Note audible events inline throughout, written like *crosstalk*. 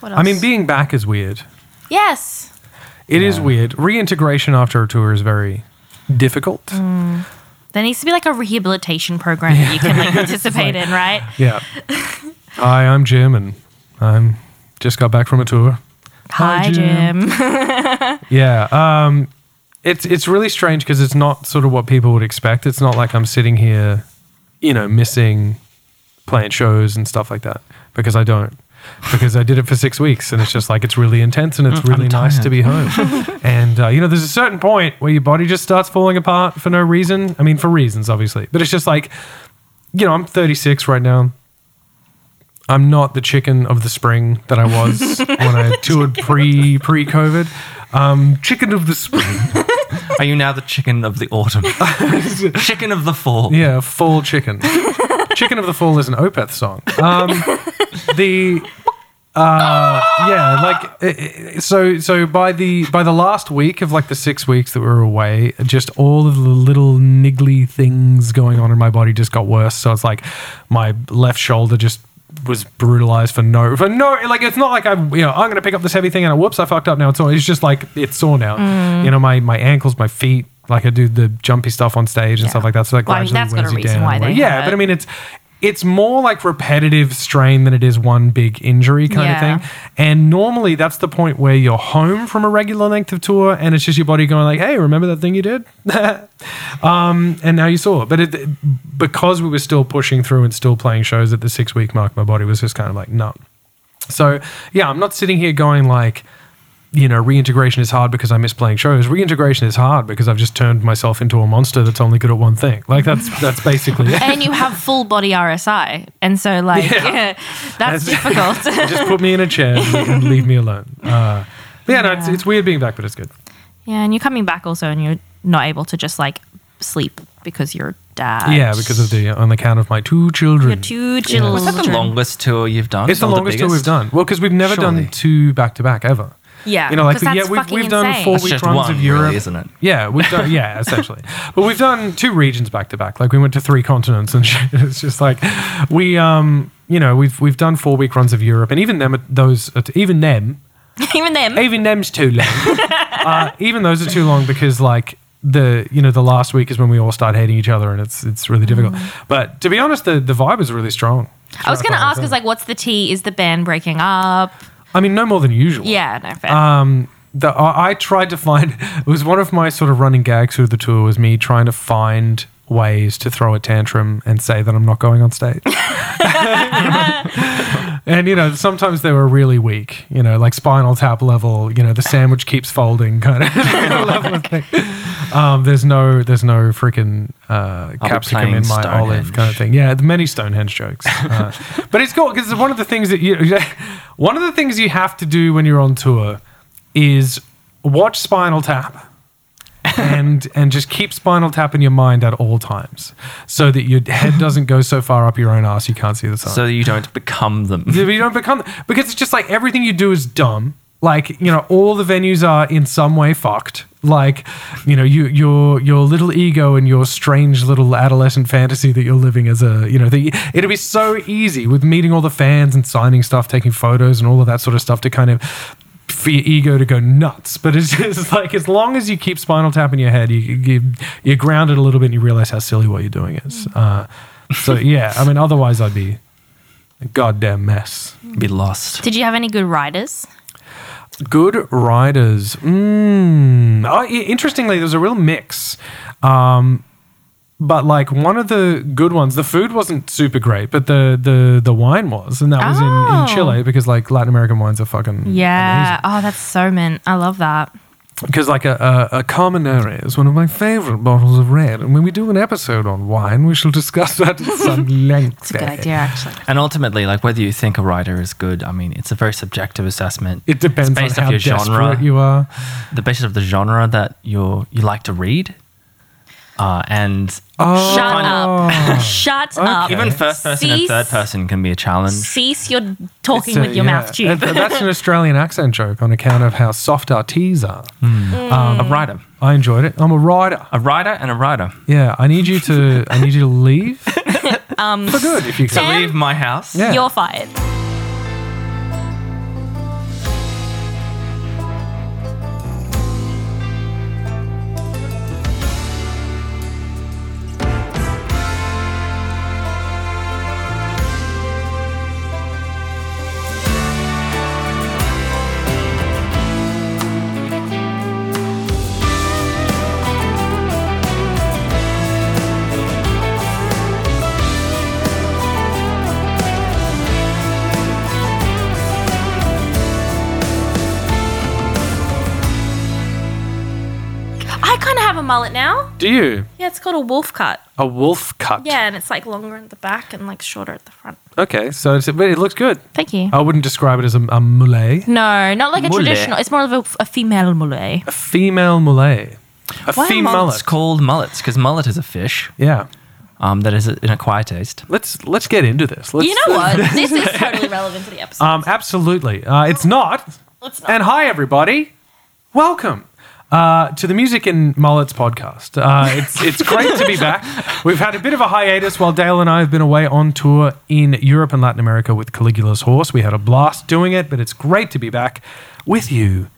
What else? I mean, being back is weird. yes. It is weird. Reintegration after a tour is very difficult. There needs to be like a rehabilitation program that you can *laughs* like participate in, right? Yeah. Hi, I'm Jim, and I'm just got back from a tour. Hi, Jim. Yeah. Um, it's it's really strange because it's not sort of what people would expect. It's not like I'm sitting here, you know, missing playing shows and stuff like that because I don't. Because I did it for six weeks, and it's just like it's really intense, and it's really nice to be home. and uh, you know, there's a certain point where your body just starts falling apart for no reason. I mean, for reasons, obviously, but it's just like, you know, I'm 36 right now. I'm not the chicken of the spring that I was when I toured pre pre COVID. Um, chicken of the spring. Are you now the chicken of the *laughs* autumn? chicken of the fall. Yeah, Fall Chicken. *laughs* chicken of the Fall is an Opeth song. Um, the uh, yeah, like eh, eh, so so by the by the last week of like the six weeks that we were away, just all of the little niggly things going on in my body just got worse. So it's like my left shoulder just was brutalized for no for no like it's not like I you know I'm gonna pick up this heavy thing and whoops I fucked up now it's sore. It's just like it's sore now. Mm. You know my my ankles, my feet. Like I do the jumpy stuff on stage and stuff like that. So that Well, I mean, gradually that's got a wears you reason down. why they yeah, have but it. I mean it's it's more like repetitive strain than it is one big injury kind Yeah. of thing. And normally that's the point where you're home from a regular length of tour and it's just your body going like, "Hey, remember that thing you did?" *laughs* um, and now you saw it. But it, because we were still pushing through and still playing shows at the 6-week mark, my body was just kind of like, "No." So, yeah, I'm not sitting here going like you know, reintegration is hard because I miss playing shows. Reintegration is hard because I've just turned myself into a monster that's only good at one thing. Like that's that's basically *laughs* it. and you have full body RSI, and so like Yeah. yeah, *laughs* that's That's- *laughs* difficult. just put me in a chair and, and leave me alone. Uh, but yeah, no, it's, it's weird being back, but it's good. yeah, and you're coming back also, and you're not able to just like sleep because you're dad. Yeah, because of the uh, on account of my two children. your two children. Was that the longest tour you've done? it's the Or longest tour we've biggest? done. Well, because we've never Surely. done two back to back ever. Yeah, you know, like 'cause that's yeah, we've, fucking we've done insane. four That's week just runs one, of really, Europe, isn't it? Yeah, we've done *laughs* yeah, essentially. but we've done two regions back to back. Like we went to three continents, and *laughs* shit. it's just like we um you know we've we've done four week runs of Europe, and even them those even them *laughs* Even them. even them's too *laughs* long. uh, even those are too long because like the you know the last week is when we all start hating each other and it's it's really difficult. But to be honest, the the vibe is really strong. Mm-hmm. I was gonna ask, is like, what's the T? Is the band breaking up? I mean, no more than usual. Yeah, no fair. um, the, I I tried to find *laughs* it was one of my sort of running gags through the tour was me trying to find ways to throw a tantrum and say that I'm not going on stage. and you know, sometimes they were really weak, you know, like spinal tap level, you know, the sandwich keeps folding kind of *laughs* level of thing. Um, there's no there's no freaking uh, be capsicum playing in my olive Stonehenge. kind of thing. Yeah, the many Stonehenge jokes. Uh, *laughs* but it's cool because one of the things that you *laughs* one of the things you have to do when you're on tour is watch Spinal Tap and *laughs* and just keep Spinal Tap in your mind at all times so that your head doesn't go so far up your own ass you can't see the sun. So you don't become them. If you don't become because it's just like everything you do is dumb. Like you know, all the venues are in some way fucked. Like you know, you, your your little ego and your strange little adolescent fantasy that you're living as a you know, the, it'd be so easy with meeting all the fans and signing stuff, taking photos, and all of that sort of stuff to kind of for your ego to go nuts. But it's just *laughs* like as long as you keep Spinal Tap in your head, you you you're grounded a little bit, and you realize how silly what you're doing is. Uh, so yeah, I mean, otherwise I'd be a goddamn mess. *laughs* Be lost. Did you have any good riders? Good riders. Mm. Oh, i- interestingly, there's a real mix. Um, but like one of the good ones, the food wasn't super great, but the the the wine was, and that was in, Oh. in Chile because like Latin American wines are fucking Yeah. Oh, that's so mint. I love that. because like a, a, a Carmenere is one of my favorite bottles of red, and when we do an episode on wine, we shall discuss that *laughs* at some length. It's a good idea, actually. And ultimately, like whether you think a writer is good, I mean, it's a very subjective assessment. It depends It's based on off how your desperate genre. you are. the basis of the genre that you you like to read, uh, and Oh. Shut up. Shut up. even first person and Cease- third person can be a challenge. Cease your talking So, with *laughs* your yeah. mouth tube. That- that's an Australian accent joke on account of how soft our T's are. Um, a writer, I enjoyed it. I'm a writer. a writer, and a writer. Yeah, I need you to. I need you to leave. *laughs* um, for good, if you To can. Sam? leave my house. Yeah. You're fired. have a mullet now. Do you? Yeah, it's called a wolf cut. A wolf cut. Yeah, and it's like longer at the back and like shorter at the front. Okay, so it's, but it looks good. Thank you. I wouldn't describe it as a, a mullet. No, not like a Mullet. traditional. It's more of a, a female mullet. A female mullet. A Why are female mullets mullet. called mullets? Because mullet is a fish yeah. um, that is an acquired taste. Let's let's get into this. Let's, You know *laughs* what? this is totally relevant to the episode. Um, absolutely. Uh, it's not. Let's not. And hi, everybody. Welcome uh, to the Music in Mullets podcast. Uh, it's, it's *laughs* great to be back. We've had a bit of a hiatus while Dale and I have been away on tour in Europe and Latin America with Caligula's Horse. We had a blast doing it, but it's great to be back with you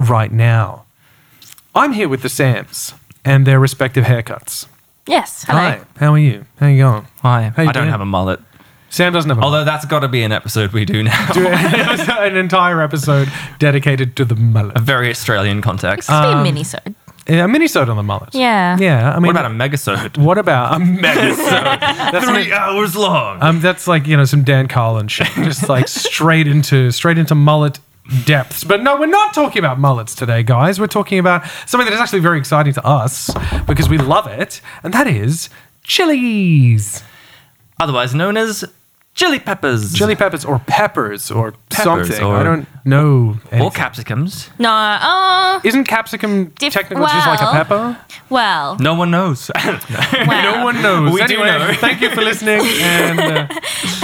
right now. I'm here with the Sams and their respective haircuts. yes. Hello. Hi, how are you? How you going? Why? How you I don't doing? have a mullet. Sam doesn't have a Although that's got to be an episode we do now. do *laughs* an entire episode dedicated to the mullet. *laughs* a very Australian context. Uh, This could be a mini so A mini-sode on the mullet. Um, Yeah. Yeah. I mean, what about a *laughs* megasode? What about a *laughs* megasode? that's, Three like, hours long. um, that's like you know some Dan Carlin shit, just like straight into straight into mullet depths. But no, we're not talking about mullets today, guys. We're talking about something that is actually very exciting to us because we love it, and that is chilies, Otherwise known as chili peppers. chili peppers, or peppers, or Peppers, something. or- I don't know. or anything. capsicums. No. Oh. Isn't capsicum Dif- technically just like a well- pepper? *laughs* Well. No one knows. well. No one knows. We do anyway, know. thank you for listening. And *laughs* uh,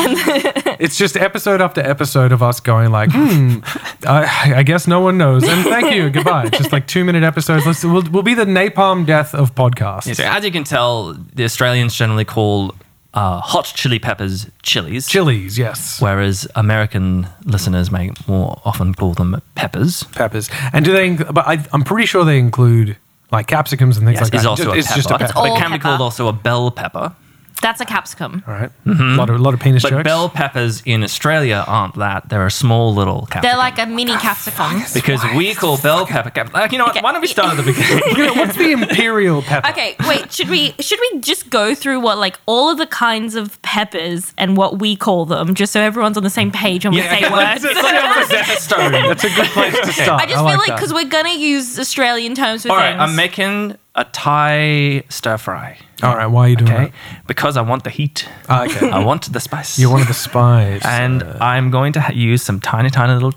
it's just episode after episode of us going like, hmm, I, I guess no one knows. And thank *laughs* you. Goodbye. It's just like two minute episodes. Let's, we'll, we'll be the napalm death of podcasts. So as you can tell, the Australians generally call uh, hot chili peppers chilies, Chilies, yes. whereas American listeners may more often call them peppers. peppers. And do they? inc- But I, I'm pretty sure they include like capsicums and things like that. is Just- also a it's pepper. just a pepper. It's all It can be pepper. called also a bell pepper. That's a capsicum. all right. A Mm-hmm. lot of, lot of penis But jokes. bell peppers in Australia aren't that. They're a small little capsicum. They're like a mini capsicum. because we call bell pepper cap. Like, you know what? Why don't we start at *laughs* the beginning? You know, *laughs* what's the imperial pepper? Okay, wait. Should we should we just go through what like all of the kinds of peppers and what we call them, just so everyone's on the same page and we say *laughs* words? it's like a *laughs* Rosetta Stone. That's a good place to start. I just feel like that. because we're gonna use Australian terms for All right, things. I'm making a Thai stir fry. All right, why are you doing Okay, because I want the heat. that? Uh-huh. Ah, *laughs* okay. I want the spice. You're one of the spies. and I'm going to ha- use some tiny, tiny little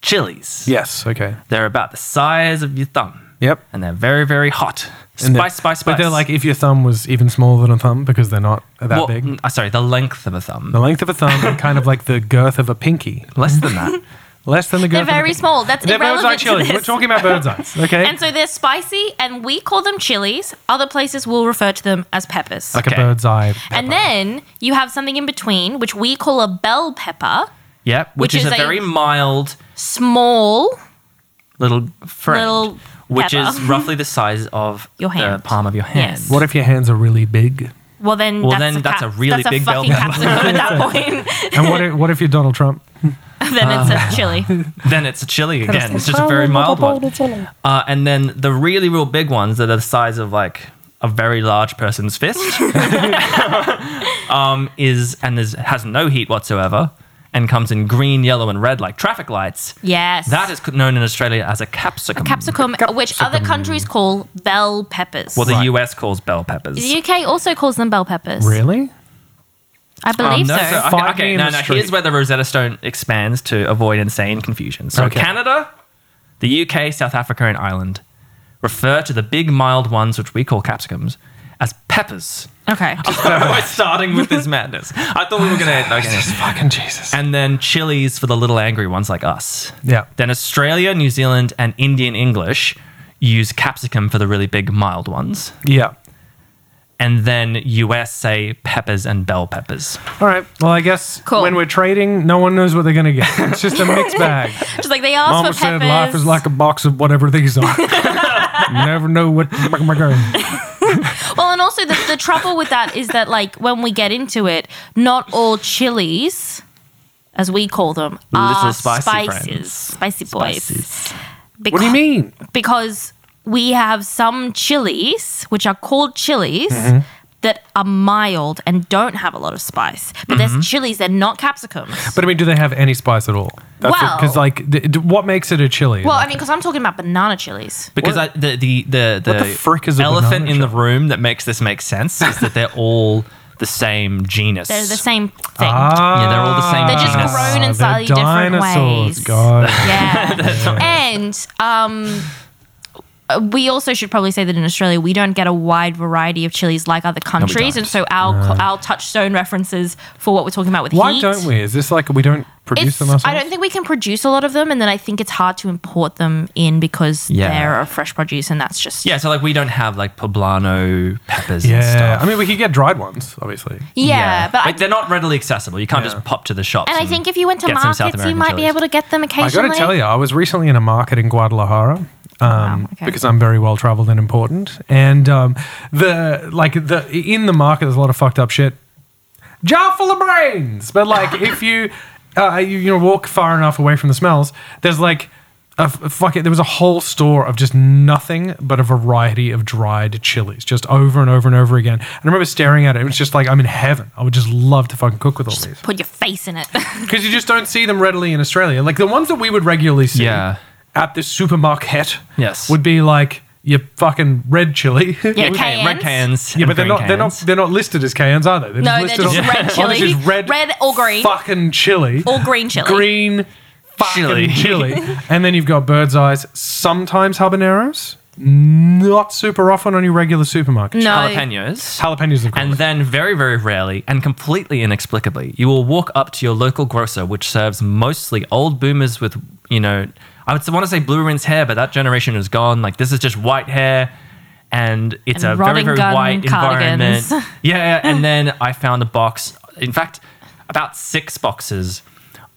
chilies. yes, okay. They're about the size of your thumb. Yep. And they're very, very hot. And they're- Spice, spice, spice. But they're like if your thumb was even smaller than a thumb because they're not that Well, big. n- uh, sorry, the length of a thumb. The length of a thumb and kind of like the girth of a pinky. Less *laughs* than that. Less than the They're girth. very of a small. That's pinky. They're bird's eye irrelevant to chilies. this. We're talking about *laughs* bird's eyes. Okay. and so they're spicy, and we call them chilies. Other places will refer to them as peppers. like okay. a bird's eye. And pepper. then you have something in between, which we call a bell pepper. yep. Which, Which is, is a a- very mild Small. little friend. Little which pepper. *laughs* is roughly the size of Your the hand. palm of your hand. Yes. what if your hands are really big? Well, then Well, that's, then a, that's cap- a really that's big a bell fucking pepper. capsicum at *laughs* that point. *laughs* And what if, what if you're Donald Trump? then Ah. it's a chili. Then it's a chili again. It's just a very mild one. Uh, and then the really, real big ones that are the size of like a very large person's fist um, is and is, has no heat whatsoever and comes in green, yellow, and red like traffic lights. Yes. That is known in Australia as a capsicum. capsicum, which other countries call bell peppers. Well, the Right. US calls bell peppers. the UK also calls them bell peppers. Really? I believe no, so. so- Find Okay, me okay in no, the no. street. Here's where the Rosetta Stone expands to avoid insane confusion. So Okay. Canada, the UK, South Africa, and Ireland refer to the big mild ones, which we call capsicums, as peppers. *laughs* Okay. We're starting with this madness. I thought we were gonna. Okay. Just fucking Jesus. And then chilies for the little angry ones like us. Yeah. Then Australia, New Zealand, and Indian English use capsicum for the really big mild ones. yeah. And then US say peppers and bell peppers. All right. Well, I guess Cool. when we're trading, no one knows what they're going to get. It's just *laughs* a mixed bag. Just like they asked Mama for said peppers. life is like a box of whatever *laughs* these are. you never know what. well, and also the, the trouble with that is that like when we get into it, not all chilies, as we call them, are Little spicy spices, friends. spicy boys. Spices. Beca- What do you mean? Mm-hmm. Because we have some chilies which are called chilies. that that are mild and don't have a lot of spice, but there's chilies, they're not capsicums. Mm-hmm. But I mean, do they have any spice at all? because Well- like, th- d- what makes it a chili? well, I Like, mean, because I'm talking about banana chilies. Because I, the the the the, the frick is a elephant banana in the room that makes this make sense is that they're all the same genus. They're the same thing. Ah. Yeah, they're all the same They're just genus. grown in They're slightly different dinosaurs. ways. God. *laughs* *laughs* Yeah. and um, we also should probably say that in Australia we don't get a wide variety of chilies like other countries, don't. and so our our touchstone references for what we're talking about with Why heat. don't we? Is this like we don't produce It's, them ourselves? I don't think we can produce a lot of them, and then I think it's hard to import them in because Yeah. they're a fresh produce, and that's just yeah, so like we don't have like poblano peppers and yeah, stuff. I mean, we could get dried ones, obviously. Yeah, but I, Like, they're not readily accessible. You can't Yeah. just pop to the shops. and I think if you went to get some South markets, you American might be chilies. able to get them I got occasionally. to tell you, I was recently in a market in Guadalajara um, okay. because I'm very well traveled and important. And um, the like the in the market, there's a lot of fucked up shit. Jar full of brains, but like if you, uh, you you know walk far enough away from the smells, there's like. A f- fuck it. There was a whole store of just nothing but a variety of dried chilies, just over and over and over again. And I remember staring at it. It was just like I'm in heaven. I would just love to fucking cook with all these Put your face in it. because you just don't see them readily in Australia. Like the ones that we would regularly see Yeah. at the supermarket, Yes. would be like your fucking red chili. *laughs* Yeah, Red can- red cans. cans. Yeah, and but they're green not. They're not. cans. They're not listed as cans, are they? They're No, listed they're just on- red *laughs* on chili. just red, Red or green. fucking chili, Or green chili. green fucking chili. Chili. *laughs* and then you've got bird's eyes. Sometimes habaneros. Not super often on your regular supermarket. No. jalapenos. jalapenos of course. And then, very, very rarely and completely inexplicably, you will walk up to your local grocer, which serves mostly old boomers with, you know, I would want to say blue rinse hair, but that generation is gone. Like, this is just white hair. And it's And a very, rotting very gun white cardigans. environment. Yeah. And then I found a box, in fact, about six boxes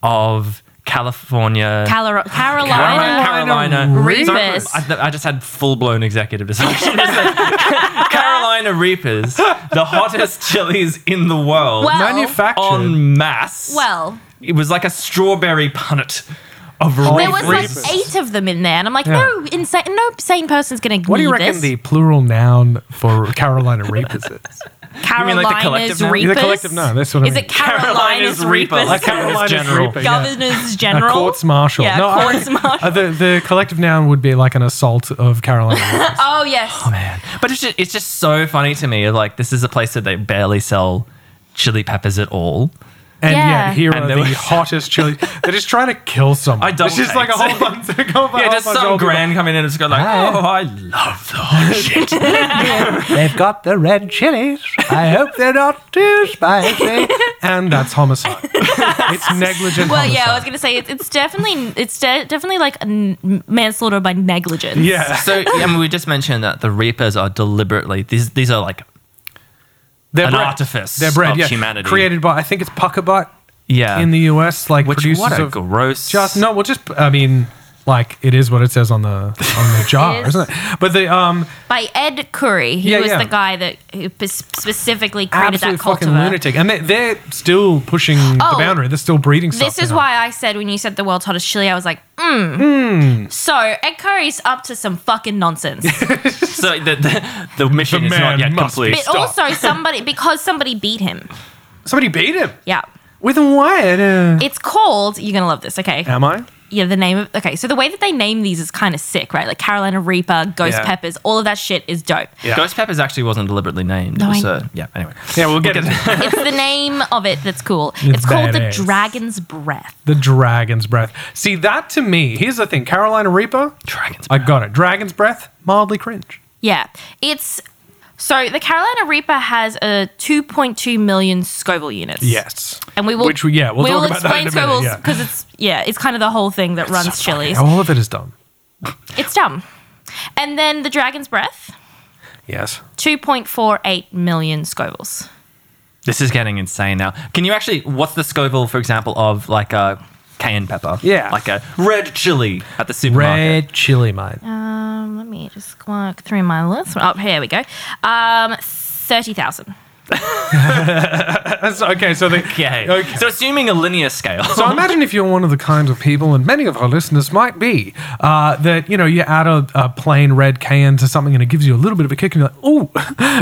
of California. Calor- Carolina. Carolina. Reapers. I, th- I just had full blown executive dysfunction. *laughs* Just like, Carolina Reapers, the hottest chilies in the world, Well- Manufactured. en masse. Well, it was like a strawberry punnet of there was Reapers. Reapers. like eight of them in there, and I'm like, Yeah. no insane, no sane person's gonna what do you need reckon this. the plural noun for Carolina Reapers is? mean Carolina's like the collective noun? Reapers. Yeah, the collective noun, that's what I Is mean. it Carolina's, Carolina's Reaper, Reapers? like Carolina's General. Reaper, yeah. Governors A General. courts martial. Yeah, I- courts martial. *laughs* uh, the, the collective noun would be like an assault *laughs* of Carolina. oh yes. man. But it's just, it's just so funny to me. Like this is a place that they barely sell chili peppers at all. and Yeah. yet, here And are there the was- hottest chili. They're just trying to kill someone. I double It's just like a takes. whole bunch a whole bunch- Yeah, whole just bunch of *laughs* some old people. grand coming in and just go like, Hi. oh, I love *laughs* the hot shit. They've got the red chilies. I hope they're not too spicy. and *laughs* that's homicide. it's negligent Well, homicide. yeah, I was gonna say it's, it's definitely it's de- definitely like a n- manslaughter by negligence. yeah. *laughs* So, yeah, I mean, we just mentioned that the Reapers are deliberately these. These are like They're an bred. artifice They're bred, of yeah. humanity. Created by, I think it's Puckerbot yeah in the US. Like which producers what a of, gross just no well just i mean like it is what it says on the on *laughs* the jar It is. isn't it but the um By Ed Curry, he Yeah, was yeah. the guy that who p- specifically created absolute that cultivar. fucking lunatic and they, they're still pushing Oh, the boundary they're still breeding This is stuff, you know. why I said when you said the world's hottest chili, I was like, mm. So Ed Curry's up to some fucking *laughs* nonsense. *laughs* so the, the, the mission The is not man yet must complete be- but Stop. also somebody because somebody beat him. somebody beat him Yeah. with what uh, It's called you're gonna love this, okay. am i Yeah, the name of okay, so the way that they name these is kind of sick, right? Like Carolina Reaper, Ghost Yeah. Peppers, all of that shit is dope. Yeah. ghost peppers actually wasn't deliberately named No, I- so yeah anyway yeah we'll get it It's the name of it that's cool. It's, It's called badass. the Dragon's Breath. the dragon's breath see that to me here's the thing carolina reaper dragons i got it dragon's breath mildly cringe Yeah. It's so the Carolina Reaper has a 2.2 million Scoville units. yes And we will Which we- yeah, we'll we talk will about that explain in a minute, Scovilles yeah. because it's yeah, it's kind of the whole thing that runs chilies. all of it is dumb It's dumb. And then the Dragon's Breath, yes 2.48 million Scovilles. this is getting insane now can you actually what's the scoville for example of like a cayenne pepper Yeah. like a red chili at the supermarket red chili mate Um, let me just work through my list. Oh, here we go. Um, 30,000. That's, okay, so the, Okay. *laughs* Okay. So assuming a linear scale. *laughs* So imagine if you're one of the kinds of people, and many of our listeners might be, uh, that you know you add a, a plain red cayenne to something and it gives you a little bit of a kick, and you're like, "Ooh, *laughs*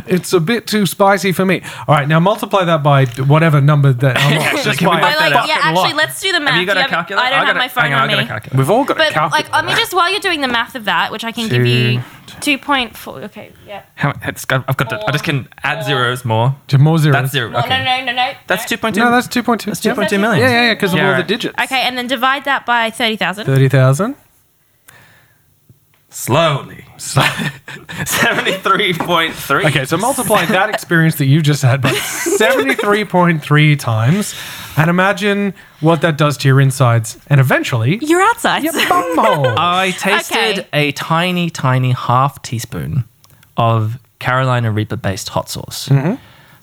it's a bit too spicy for me." All right, now multiply that by whatever number that. I'm *laughs* not- Actually, just can we by I a that like, out. yeah, fucking actually, lot. let's do the math. have you got Do a have- calculator? I don't have got a- my phone hang on, on I got me. a calculator. We've all got a But like, calculator. let me just while you're doing the math of that, which I can give you two point four. Okay, yeah. How, it's got, I've got. To, I just can add zeros more. To more zeros. That's zero. No, Okay. no, no, no, no. That's no. two point two. No, that's two point two. that's two point two Yeah. million. Yeah, yeah, yeah, because of Yeah, all the right. digits. Okay, and then divide that by thirty thousand. Thirty thousand. Slowly. *laughs* Seventy-three point three. Okay, so *laughs* multiply that experience that you just had by 73.3 times and imagine what that does to your insides and eventually *laughs* You're outside. your bumhole. I tasted Okay. a tiny, tiny half teaspoon of Carolina Reaper based hot sauce.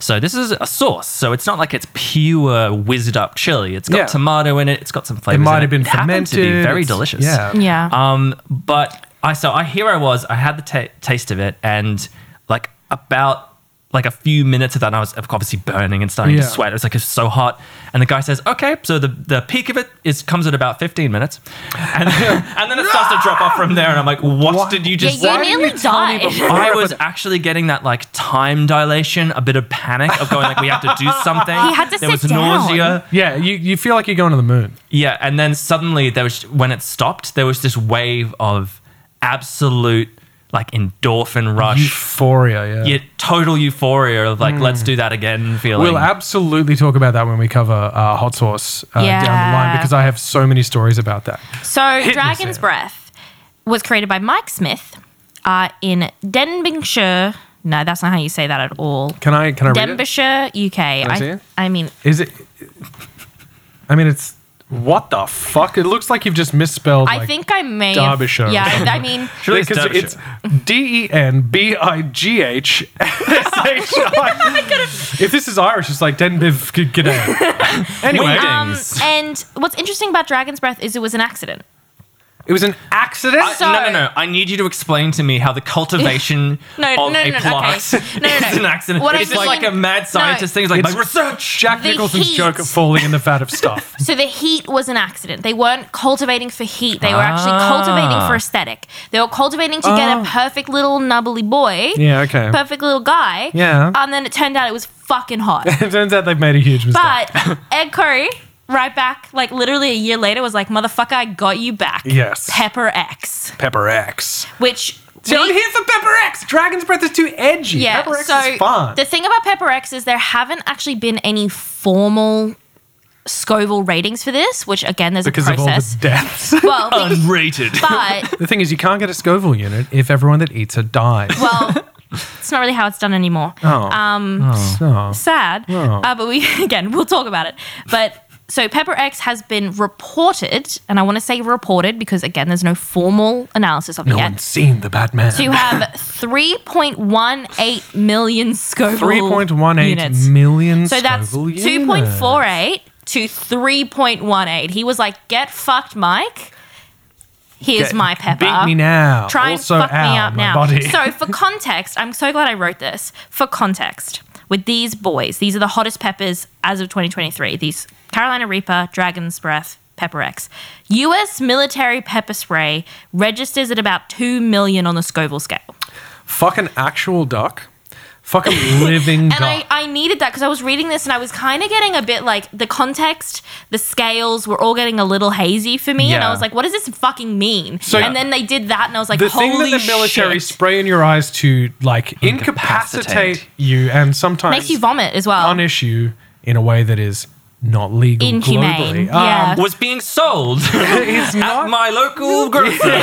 So this is a sauce. So it's not like it's pure whizzed up chili. It's got Yeah. tomato in it. It's got some flavors. it in might have been it happened fermented. to be very It's- delicious. Yeah. Yeah. Um, but I so I here I was. I had the ta taste of it, and like about like a few minutes of that, and I was obviously burning and starting Yeah. to sweat. It was like it's so hot. And the guy says, "Okay, so the, the peak of it is comes at about 15 minutes, *laughs* and and then it starts to drop off from there." And I'm like, "What, What? did you just Yeah, say?" you nearly died. *laughs* I was actually getting that like time dilation, a bit of panic of going like we have to *laughs* do something. He had to there sit was down. nausea. Yeah, you, you feel like you're going to the moon. Yeah, and then suddenly there was when it stopped, there was this wave of absolute like endorphin rush, Euphoria, yeah. yeah, total euphoria of like let's do that again feeling. We'll absolutely talk about that when we cover uh, hot sauce uh, down Yeah. the line because I have so many stories about that. So, Dragon's Sarah. Breath was created by Mike Smith uh, in Denbighshire. No, that's not how you say that at all. Can I can I read it? Denbighshire, UK. I, see it? I mean, Is it I mean it's what the fuck? It looks like you've just misspelled I like, think I may. have- Derbyshire or Yeah, something. I *laughs* mean, Surely it's because it's D E N B I G H S H *laughs* I. If this is Irish, it's like Denbiv *laughs* G'day. Anyway, um, Wings. and what's interesting about Dragon's Breath is it was an accident. it was an accident. I- so- no, no, no. I need you to explain to me how the cultivation *laughs* No, of no, a no, no, plant okay. No, no, no. *laughs* is an accident. What it's I'm just like a thinking- mad scientist thing. It's like, It's- like *laughs* research. Jack The Nicholson's heat. joke of falling in the vat of stuff. So the heat was an accident. They weren't cultivating for heat. They were actually Ah. cultivating for aesthetic. They were cultivating to get Oh. a perfect little nubbly boy. *laughs* Yeah, okay. Perfect little guy. Yeah. And then it turned out it was fucking *laughs* hot. *laughs* It turns out they've made a huge mistake. But Ed Curry, right back, like literally a year later, was like, "Motherfucker, I got you back." Yes. Pepper X, Pepper X. which See, I'm we- here for Pepper X. Dragon's Breath is too edgy. yeah. Pepper X so is fun. the thing about Pepper X is there haven't actually been any formal Scoville ratings for this, which again, there's because a of all *laughs* process. the *laughs* deaths. well, think- Unrated. but the thing is, you can't get a Scoville unit if everyone that eats it dies. *laughs* well, it's not really how it's done anymore. Oh. Um, So, sad. Oh. Uh, but we *laughs* again, we'll talk about it. But so Pepper X has been reported, and I want to say reported because again, there's no formal analysis of no it yet. one's seen the Batman. to have 3.18 million Scoville 3.18 units. million So that's Scoville units. 2.48 to 3.18. He was like, "Get fucked, Mike. Here's Get- my pepper. Beat me now. Try and also fuck ow, me up my now. Body. So for context, I'm so glad I wrote this. For context, with these boys, these are the hottest peppers as of 2023. These Carolina Reaper, Dragon's Breath, Pepper X. US military pepper spray registers at about 2 million on the Scoville scale. fucking actual duck. *laughs* Fucking living duck. And I, I needed that because I was reading this and I was kind of getting a bit like the context, the scales were all getting a little hazy for me. And Yeah. I was like, what does this fucking mean? So- and then they did that and I was like, the holy thing that the military shit. spray in your eyes to like Incapacitate. incapacitate you and sometimes Makes you vomit as well. punish you in a way that is not legal Inhumane. globally. yeah. was being sold it's at not my local grocery.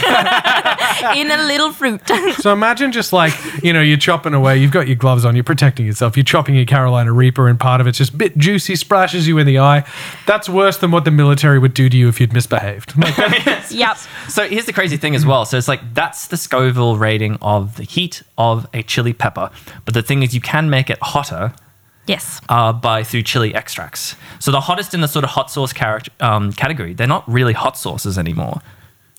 in a little fruit. *laughs* *laughs* Um, So imagine just like, you know, you're chopping away, you've got your gloves on, you're protecting yourself, you're chopping your Carolina Reaper, and part of it's just a bit juicy, splashes you in the eye. That's worse than what the military would do to you if you'd misbehaved. Like, yep. So here's the crazy thing as well. So it's like that's the Scoville rating of the heat of a chili pepper. But the thing is, you can make it hotter Yes. uh, by through chili extracts. So the hottest in the sort of hot sauce character, um, category, they're not really hot sauces anymore.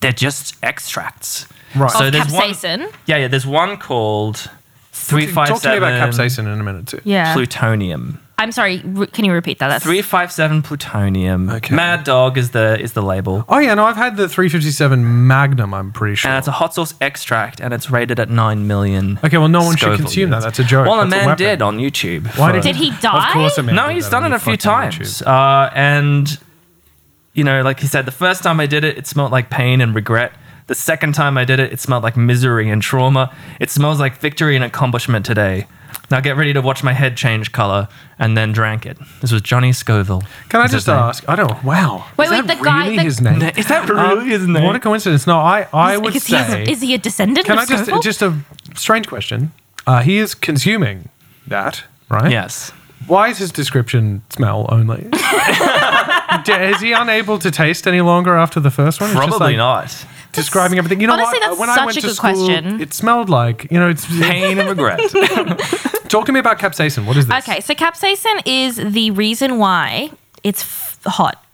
They're just extracts. Right. So Of there's one. capsaicin. Yeah, yeah. There's one called Three five Talk to me about seven capsaicin in a minute too. Yeah. plutonium. I'm sorry. Re- can you repeat that? That's Three five seven plutonium. Okay. Mad Dog is the is the label, Oh yeah, no, I've had the 357 Magnum. I'm pretty sure. and it's a hot sauce extract, and it's rated at nine million. Okay, well, no one should Scoville consume that. units. That's a joke. Well, That's a a man weapon. did on YouTube. Why for- did Did he die? Of course, a man No, did he's that done on it a few fucking YouTube. times. Uh, and, you know, like he said, the first time I did it, it smelled like pain and regret. The second time I did it, it smelled like misery and trauma. It smells like victory and accomplishment today. Now get ready to watch my head change color and then drank it. This was Johnny Scoville. Can I Is just his name. ask? I don't. Wow. Wait, Is wait, that the guy- Really the- his name. *laughs* Is that really his name? um, What a coincidence. No, I, I would because say. he's, is he a descendant? can of I just Scoville? just a strange question? Uh, he is consuming that, right? yes. Why is his description smell only? *laughs* D- is he unable to taste any longer after the first one? It's *laughs* just Probably like not. Describing everything. You know Honestly, what? that's when I such went a to good school, question. It smelled like you know. It's Pain and regret. *laughs* talk to me about capsaicin. What is this? Okay, so capsaicin is the reason why it's f- hot.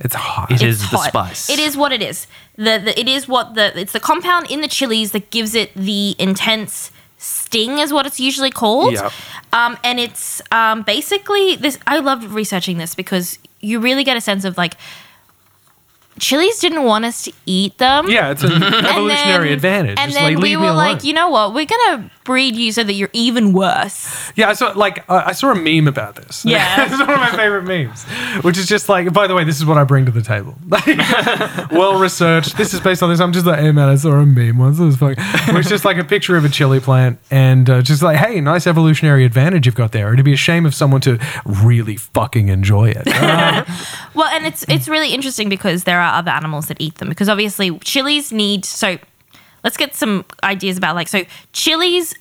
it's hot. It It is is the spice. It is what it is. The, the it is what the it's the compound in the chilies that gives it the intense sting is what it's usually called. Yep. Um, and it's um, basically this. I loved researching this because you really get a sense of like chilies didn't want us to eat them. *laughs* Yeah, it's an evolutionary then- advantage. And Just then like, we leave were me alone. like, you know what? We're gonna breed you so that you're even worse. yeah, I saw like uh, I saw a meme about this. Yeah. *laughs* it's one of my favorite memes, which is just like, by the way, this is what I bring to the table. *laughs* *laughs* Like, well researched. This is based on this. I'm just like, hey man, I saw a meme once. It was fucking. It was just like a picture of a chili plant, and uh, just like, hey, nice evolutionary advantage you've got there. It'd be a shame of someone to really fucking enjoy *laughs* it. Uh, Well, and it's it's really interesting because there are other animals that eat them because obviously chilies need so. Let's get some ideas about like so chilies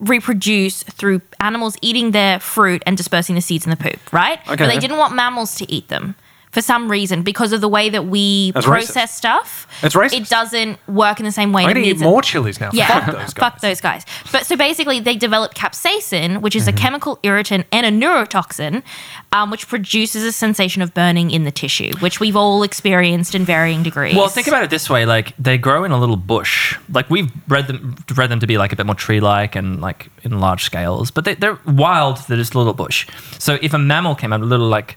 reproduce through animals eating their fruit and dispersing the seeds in the poop, right? Okay. But Okay. they didn't want mammals to eat them for some reason because of the way that we That's process stuff. That's racist. It doesn't work in the same way. I'm it gonna eat needs it. more chilies now. Yeah. *laughs* Fuck those guys. those guys. But so basically, they developed capsaicin, which is Mm-hmm. a chemical irritant and a neurotoxin, um, which produces a sensation of burning in the tissue, which we've all experienced in varying degrees. Well, think about it this way: like they grow in a little bush. Like we've bred them, bred them to be like a bit more tree-like and like in large scales, but they, they're wild. They're just a little bush. So if a mammal came out, a little like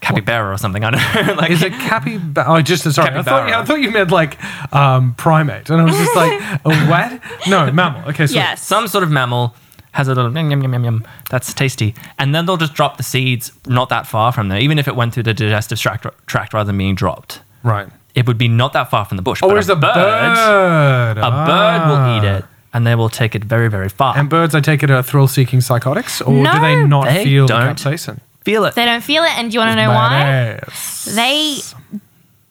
capybara or something, I don't know. *laughs* like Is it capybara? Oh, just sorry. I thought, you, Capybara. I thought you meant like um, primate, and I was just like, *laughs* a what? No, mammal. Okay, so yes. some sort of mammal has a little yum yum yum yum yum. That's tasty, and then they'll just drop the seeds not that far from there, even if it went through the digestive tract, tract rather than being dropped. right. It would be not that far from the bush. Oh, but where's the Ah. bird? A bird will eat it, and they will take it very very far. And birds, I take it, are thrill-seeking psychotics, or do they No, not they feel don't. the capsaicin? Feel it. they don't feel it, and do you want to know why? Badass. They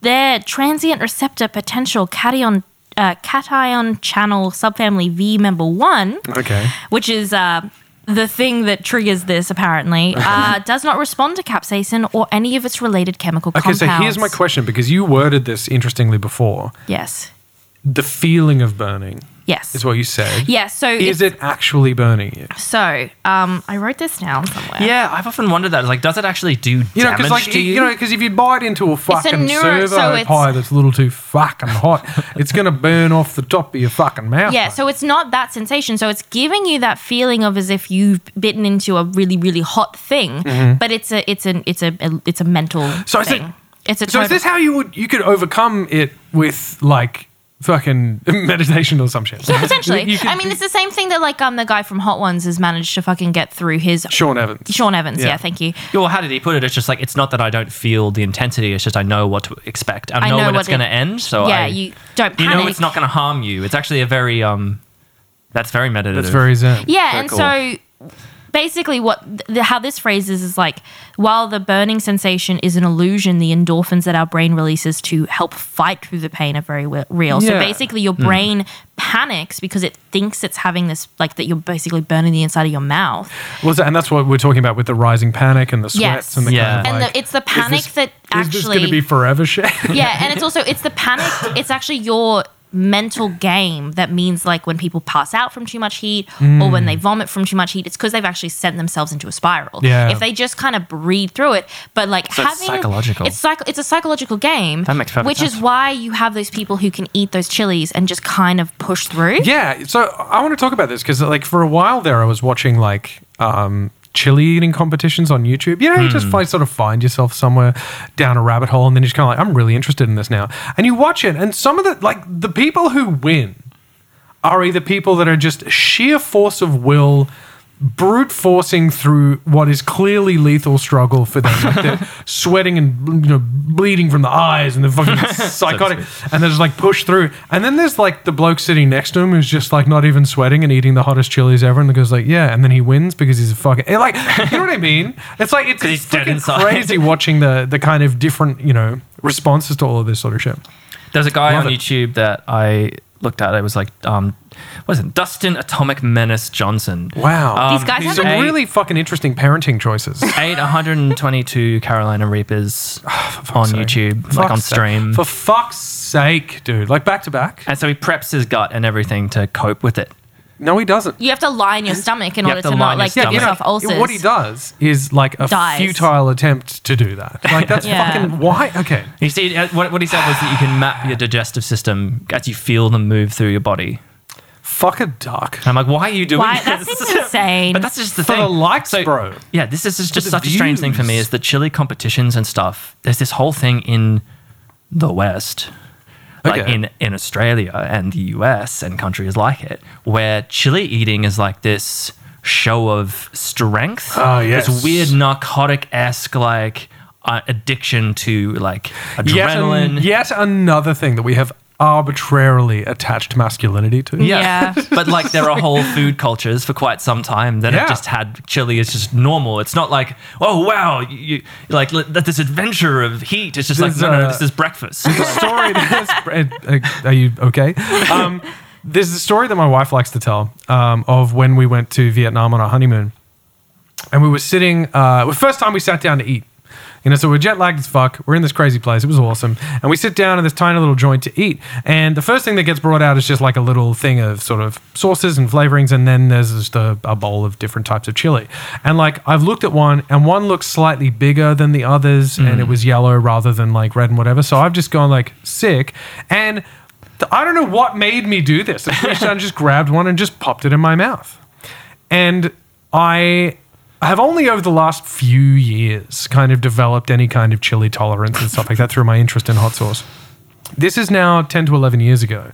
their transient receptor potential cation uh, cation channel subfamily V member one. Okay. which is uh, the thing that triggers this *laughs* apparently, uh, does not respond to capsaicin or any of its related chemical Okay, compounds. so here's my question because you worded this interestingly before. Yes. The feeling of burning Yes. is what you said. yeah, so Is it's- it actually burning you? so um, I wrote this down somewhere. Yeah, I've often wondered that. Like, does it actually do You know, damage because like to you? you know, because if you bite into a fucking neuro- so servo it's- pie that's a little too fucking hot, *laughs* it's gonna burn off the top of your fucking mouth. Yeah, mate. so it's not that sensation. So it's giving you that feeling of as if you've bitten into a really, really hot thing, but it's a, it's an, it's a, it's a mental. Mm-hmm. So is it- thing. it's a. so is total- this how you would you could overcome it with like fucking *laughs* meditation or some *laughs* shit? yeah, potentially. You could- I mean, it's the same thing that like um the guy from Hot Ones has managed to fucking get through his Sean Evans. Sean Evans. Yeah. yeah thank you. Well, how did he put it? It's just like it's not that I don't feel the intensity. It's just I know what to expect. I, I know, know when what it's going to it- end. Oh, So yeah, I, you don't you panic. know it's not going to harm you. It's actually a very um, that's very meditative. That's very zen. yeah, Very and cool. so basically, what the, how this phrases is like, while the burning sensation is an illusion, the endorphins that our brain releases to help fight through the pain are very wi- real. So Yeah. basically, your brain panics because it thinks it's having this like that you're basically burning the inside of your mouth, Well, so- and that's what we're talking about with the rising panic and the sweats Yes. and the Yeah. kind of and like, the, it's the panic this- that is this actually going to be forever shit? *laughs* yeah, and it's also it's the panic. It's actually your mental game that means like when people pass out from too much heat or when they Hmm. vomit from too much heat, it's because they've actually sent themselves into a spiral. Yeah. If they just kind of breathe through it, but like So it's having psychological. it's psych- it's a psychological game. That makes perfect which is sense. why you have those people who can eat those chilies and just kind of push through. Yeah, so I want to talk about this because like for a while there, I was watching like um, chili eating competitions on YouTube. You know, you just like sort of find yourself somewhere down a rabbit hole, and then you're just kind of like, I'm really interested in this now, and you watch it, and some of the like the people who win are either people that are just sheer force of will. Brute forcing through what is clearly lethal struggle for them, like *laughs* they're sweating and you know bleeding from the eyes and the *laughs* fucking psychotic, and they just like push through. And then there's like the bloke sitting next to him who's just like not even sweating and eating the hottest chilies ever, and the goes like, yeah, and then he wins because he's a fucking it, like you know what I mean? It's like it's, 'Cause he's it's dead fucking inside. crazy watching the the kind of different you know responses to all of this sort of shit. There's a guy Love on it. YouTube that I looked at. It was like, um, what is it? Dustin Atomic Menace Johnson. Wow, These guys these have are Um, a- really fucking interesting parenting choices. Ate 122 *laughs* *sighs* Carolina Reapers on sake. YouTube, like Fuck's on sake. stream. For fuck's sake, dude! Like back to back. and so he preps his gut and everything to cope with it. No, he doesn't. You have to lie in your stomach in You order have to to lie not in your like get stomach. yourself ulcers. What he does is like a Dies. futile attempt to do that. Like that's Yeah. fucking why. Okay, You see, uh, what, what he said was that you can map your digestive system as you feel them move through your body. fuck a duck. And I'm like, why are you doing Why? That this? seems insane. But that's just the For thing. the likes, bro. Yeah, this is just, the such a strange thing for me views. is the chili competitions and stuff. There's this whole thing in the West, like Okay. in, in Australia and the US and countries like it, where chili eating is like this show of strength. Oh, yes. This weird narcotic esque, like, uh, addiction to like Yet, adrenaline. an- yet another thing that we have arbitrarily attached masculinity to. Yeah. Yeah. *laughs* but like there are whole food cultures for quite some time that Yeah. have just had chili is just normal. It's not like, oh wow, you, you like li- that this adventure of heat. It's just There's, like, no, no, uh, this is breakfast. *laughs* The story. That's, uh, are you okay? Um, there's a story that my wife likes to tell um, of when we went to Vietnam on our honeymoon. and we were sitting. Uh, well, first time we sat down to eat. You know, so we're jet lagged as fuck. We're in this crazy place. It was awesome. And we sit down in this tiny little joint to eat. And the first thing that gets brought out is just like a little thing of sort of sauces and flavorings. And then there's just a, a bowl of different types of chili. And like, I've looked at one, and one looks slightly bigger than the others. And it was yellow rather than like red and whatever. So I've just gone like sick. And th- I don't know what made me do this. I just *laughs* grabbed one and just popped it in my mouth and I have only over the last few years kind of developed any kind of chili tolerance and stuff like that through my interest in hot sauce. This is now 10 to 11 years ago.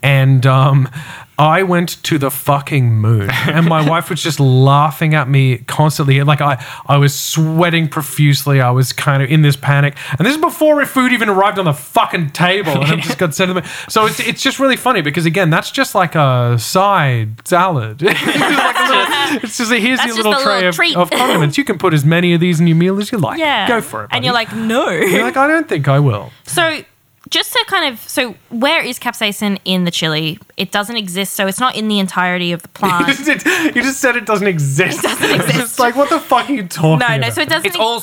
And um, I went to the fucking moon. And *laughs* my wife was just laughing at me constantly. Like, I, I was sweating profusely. I was kind of in this panic. And this is before food even arrived on the fucking table. *laughs* And I just got sent to the moon. So it's, it's just really funny because, again, that's just like a side salad. *laughs* it's, just like a little, it's just a, here's That's your just little a tray little of, treat. of condiments. You can put as many of these in your meal as you like. yeah. Go for it. And you're buddy. like, no. You're like, I don't think I will. So just to kind of so where is capsaicin in the chili? It doesn't exist, so it's not in the entirety *laughs* of the *laughs* you, plant. just, you just said it doesn't exist. It doesn't exist. It's like, what the fuck are you talking no, about? no, so it doesn't it's all it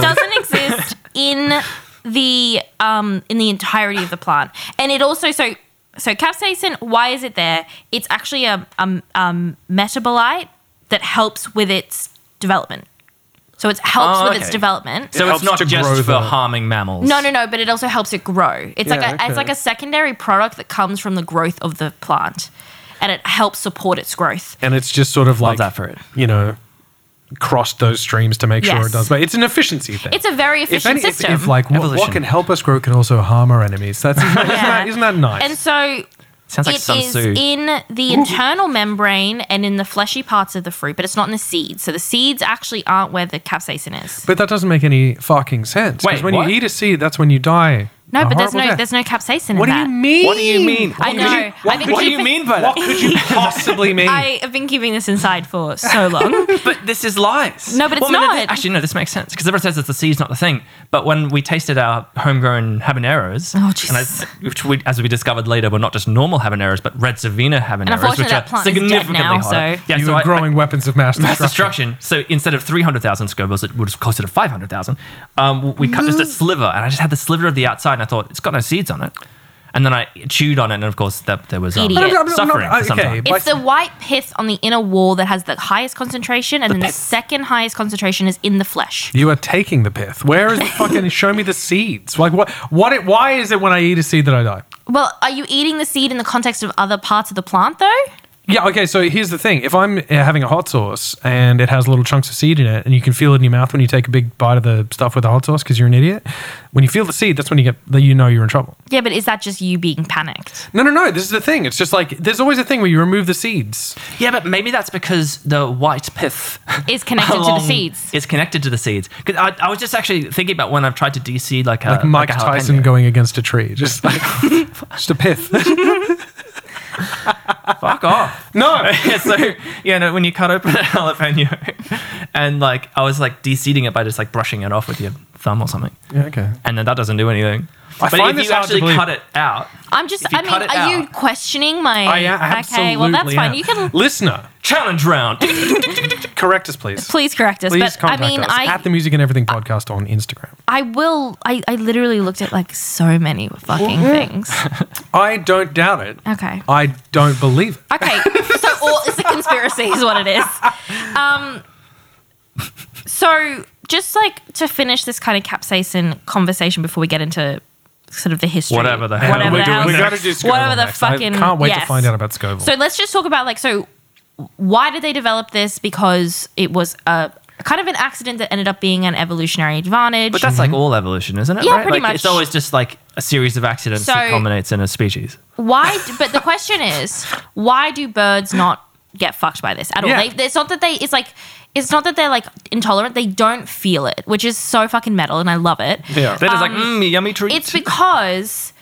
*laughs* doesn't exist in the um in the entirety of the plant. And it also so so capsaicin, why is it there? It's actually a um um metabolite that helps with its development. So it helps Oh, with okay. its development. so helps it's not to just grow for the- harming mammals. No, no, no. But it also helps it grow. It's like Yeah, a, it's okay. like a secondary product that comes from the growth of the plant, and it helps support its growth. and it's just sort of like, that for it. you know, crossed those streams to make sure Yes. it does. But it's an efficiency thing. It's a very if, efficient any- if- system. if, like what, what Evolution. can help us grow can also harm our enemies. That's isn't, that- Yeah. isn't that, isn't that nice? and so Sounds like it Sun is Tzu. in the internal membrane and in the fleshy parts of the fruit, but it's not in the seeds. So the seeds actually aren't where the capsaicin is. but that doesn't make any fucking sense. Because Wait, when what? you eat a seed, that's when you die. No, a but there's horrible no death. there's no capsaicin in Oh, What do that. you mean? What do you mean? I What know. could you- I what think what do you you think- mean by What that? could *laughs* you possibly mean? I have been keeping this inside for *laughs* so long. But this is lies. No, but it's no, not. thi- actually, no, this makes sense because everyone says that the seed's not the thing. But when we tasted our homegrown habaneros, Oh, and I- Jesus. which we, as we discovered later, were not just normal habaneros, but red Savina habaneros, unfortunately, which that are plant is dead significantly now, hotter. so- Yeah, you so were I- growing weapons of mass *laughs* mass destruction. destruction. So instead of 300,000 Scovilles, it was closer to Mm. 500,000. Um, we cut just a sliver, and I just had the sliver of the outside, and I thought, it's got no seeds on it. And then I chewed on it, and of course, that there was um, Idiot. I'm- I'm- I'm suffering. not- for some okay, time. Like- It's the white pith on the inner wall that has the highest concentration, and then the pith. second highest concentration is in the flesh. You are taking the pith. Where *laughs* is the fucking show me the seeds? Like what what it, why is it when I eat a seed that I die? Well, are you eating the seed in the context of other parts of the plant, though? Yeah, okay, so here's the thing. If I'm uh, having a hot sauce and it has little chunks of seed in it and you can feel it in your mouth when you take a big bite of the stuff with the hot sauce because you're an idiot, when you feel the seed, that's when you get that you know you're in trouble. Yeah, but is that just you being panicked? No, no, no. This is the thing. It's just like there's always a thing where you remove the seeds. Yeah, but maybe that's because the white pith Is connected to the along- seeds. Is connected to the seeds. 'Cause I, I was just actually thinking about when I've tried to DC like a Like Mike a Tyson jalapeno. going against a tree. *laughs* Just like just a pith. Fuck *laughs* off. *laughs* no. yeah, so yeah, no, when you cut open a jalapeno, *laughs* and like I was like de-seeding it by just like brushing it off with your thumb or something, Yeah, okay. and then that doesn't do anything. I but find if this you hard to actually believe. cut it out, I'm just, If you I mean, cut are it you out- questioning my. I a- okay, well, that's absolutely fine. am. You can listener. *laughs* challenge round. Correct us, please. please correct us. Please but I contact mean, us I, at the Music and Everything podcast on Instagram. I will, I, I literally looked at like so many fucking things. I don't doubt it. Okay. I don't believe it. Okay, so all it's a conspiracy, is what it is. Um, so just like to finish this kind of capsaicin conversation before we get into sort of the history, Whatever the hell whatever we're the doing hell- next. gotta do Scoville whatever the next. fucking. I can't wait to yes. find out about Scoville. So let's just talk about like so. Why did they develop this? Because it was a kind of an accident that ended up being an evolutionary advantage. But that's like all evolution, isn't it? Yeah, right? pretty much. Like, It's always just like a series of accidents that So- culminates in a species. Why? d- But the question is, why do birds not get fucked by this at all? Yeah. They, it's not that they. It's like. It's not that they're like intolerant. They don't feel it, which is so fucking metal, and I love it. yeah. That is like mm, yummy treat. um, It's because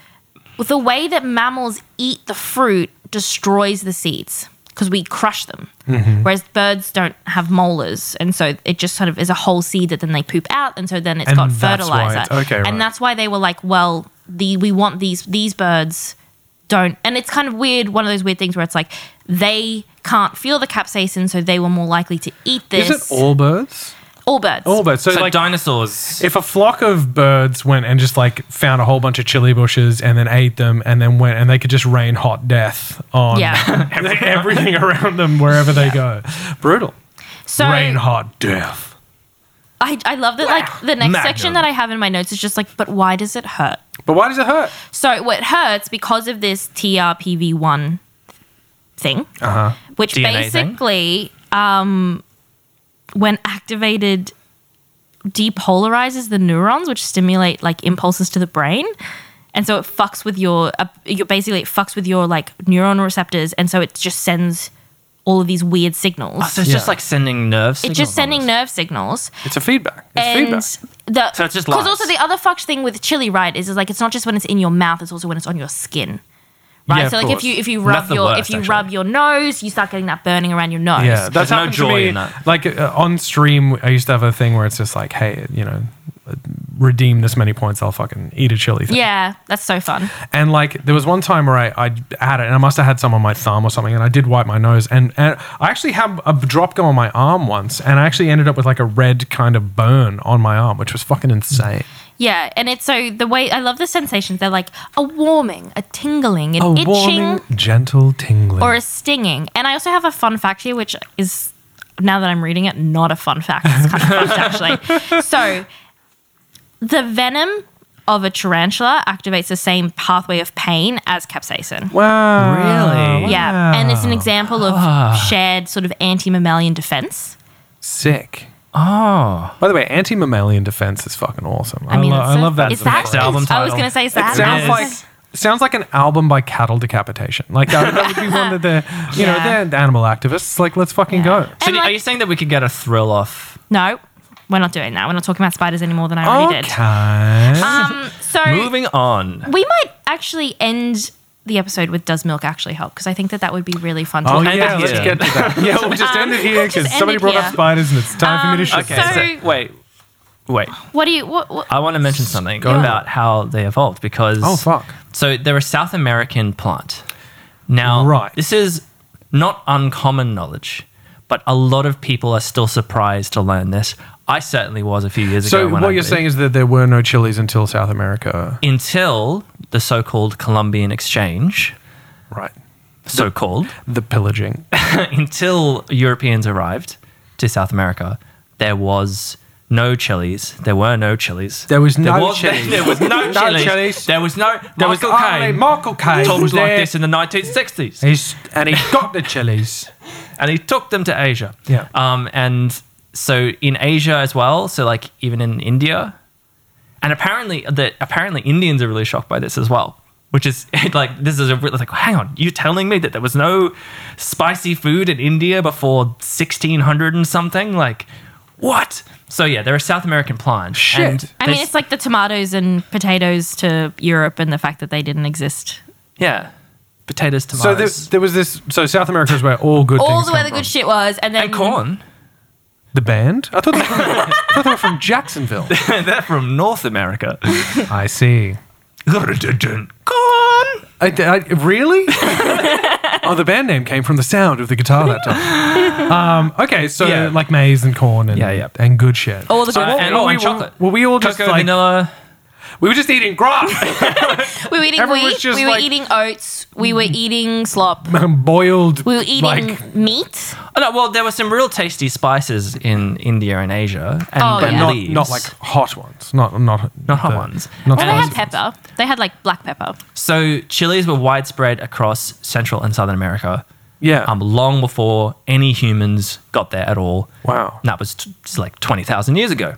the way that mammals eat the fruit destroys the seeds because we crush them. Mm-hmm. Whereas birds don't have molars, and so it just sort of is a whole seed that then they poop out, and so then it's And got that's why fertilizer. it's- okay, and right. that's why they were like, well, the we want these these birds don't, and it's kind of weird. One of those weird things where it's like they can't feel the capsaicin, so they were more likely to eat this. Is it all birds? All birds? All birds. So, so like, dinosaurs. if a flock of birds went and just like found a whole bunch of chili bushes and then ate them and then went and they could just rain hot death on Yeah. *laughs* everything around them wherever they go. Brutal. So rain hot death. I, I love that like the next section Magnum. that I have in my notes is just like, but why does it hurt? But why does it hurt? So what hurts because of this TRPV1 thing, Uh huh. which DNA thing? basically, um, when activated, depolarizes the neurons, which stimulate like impulses to the brain. And so it fucks with your, uh, your basically it fucks with your like neuron receptors, and so it just sends all of these weird signals. Oh, so it's just Yeah. like sending nerves. it's just sending nerve signals, It's a feedback. It's feedback. and the So it's just because lies. also the other fucked thing with chili, right, is, is like it's not just when it's in your mouth; it's also when it's on your skin, right? Yeah, of so like course. if you if you rub That's the your if worst, you actually. rub your nose, you start getting that burning around your nose. Yeah, that's There's no happened to joy me. in that. Like uh, on stream, I used to have a thing where it's just like, hey, you know, uh, redeem this many points, I'll fucking eat a chili thing. Yeah, that's so fun. And like there was one time where I, I had it, and I must have had some on my thumb or something, and I did wipe my nose, and, and I actually had a drop go on my arm once, and I actually ended up with like a red kind of burn on my arm, which was fucking insane. Yeah, and it's so the way I love the sensations. They're like a warming, a tingling, an A itching, warming, gentle tingling. or a stinging. And I also have a fun fact here, which is now that I'm reading it, not a fun fact. It's kind of fucked actually. So the venom of a tarantula activates the same pathway of pain as capsaicin. wow, Really? Yeah, and it's an Wow. example of shared sort of anti-mammalian defense. sick. Oh, By the way, anti-mammalian defense is fucking awesome. I, mean, lo- it's I so- love that. Is as a that metaphor. album I was title. going to say, is that sounds is. like sounds like an album by cattle decapitation. Like that, that would be one *laughs* that they're you know Yeah. they're the animal activists. Like let's fucking go. so And, are like- you saying that we could get a thrill off? no, we're not doing that. We're not talking about spiders any more than I already Oh, did. Okay. Um, so Moving on. we might actually end the episode with does milk actually help because i think that that would be really fun to Oh look at. yeah, it let's here. get to *laughs* that. Yeah, we'll just end it here Um, just because end somebody it brought here. up spiders and it's time for me to shut Okay, this so- up. wait, wait. what do you what, what I want to mention something ahead. about how they evolved because Oh, fuck. So they're a South American plant. Now, Right. this is not uncommon knowledge, but a lot of people are still surprised to learn this. I certainly was a few years So ago. when what I you're moved. saying is that there were no chilies until South America. until the so-called Colombian exchange, Right. so-called, The pillaging. until Europeans arrived to South America, there was no chilies. There were no chilies. There was no was, chilies. There was no *laughs* No chilies. chilies. There was no. There was Michael only Caine. Michael Caine Talks was like there. this in the 1960s, He's, and *laughs* he got the chilies. and he took them to Asia. Yeah. Um, and so in Asia as well. So like even in India, and apparently that apparently Indians are really shocked by this as well. Which is *laughs* like this is a re- like hang on you telling me that there was no spicy food in India before 1600 and something like what so yeah they're a South American plant Shit. and I they- mean, it's like the tomatoes and potatoes to Europe and the fact that they didn't exist. yeah potatoes So tomatoes there, there was this. So South America is where all good All things the where come the from. good shit was, and then and corn *laughs* The band? I thought they were from, I thought they were from Jacksonville. they're from *laughs* North America I see. corn I, I, really? oh, the band name came from the sound of the guitar that time. Um, okay, so Yeah. like maize and corn and Yeah, yeah. and good shit. all the good. Uh, and, were oh, we- and chocolate were we all just Cocoa, like- vanilla We were just eating *laughs* grass, we were eating everyone was wheat. just We were like- eating oats. We were eating slop. boiled. We were eating like meat. Oh, no, well, there were some real tasty spices in India and Asia, and Oh, but yeah. not, leaves. not like hot ones. Not not Not hot the- ones. Not Well, the they had ones- pepper. They had like black pepper. so. Chilies were widespread across Central and Southern America, Yeah. um, long before any humans got there at all. Wow. And that was t- it's like twenty thousand years ago.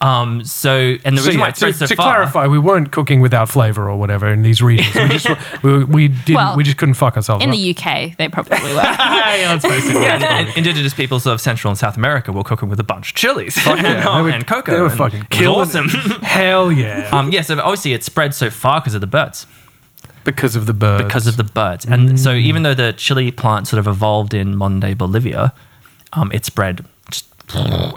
Um, so, and the So, reason why yeah, it spread to, so to far, clarify, we weren't cooking without flavor or whatever in these regions. We *laughs* just we, we didn't. Well, we just couldn't fuck ourselves In up. the UK, they probably were. *laughs* *laughs* yeah, and- and indigenous peoples of Central and South America were cooking with a bunch of chilies *laughs* *laughs* and, they were- cocoa. They were and fucking it killing. was awesome. *laughs* it. *laughs* Hell yeah! um, yeah, so obviously it spread so far because of the birds. because of the birds. because of the birds. And Mm. so, even though the chili plant sort of evolved in modern day Bolivia, um, it spread just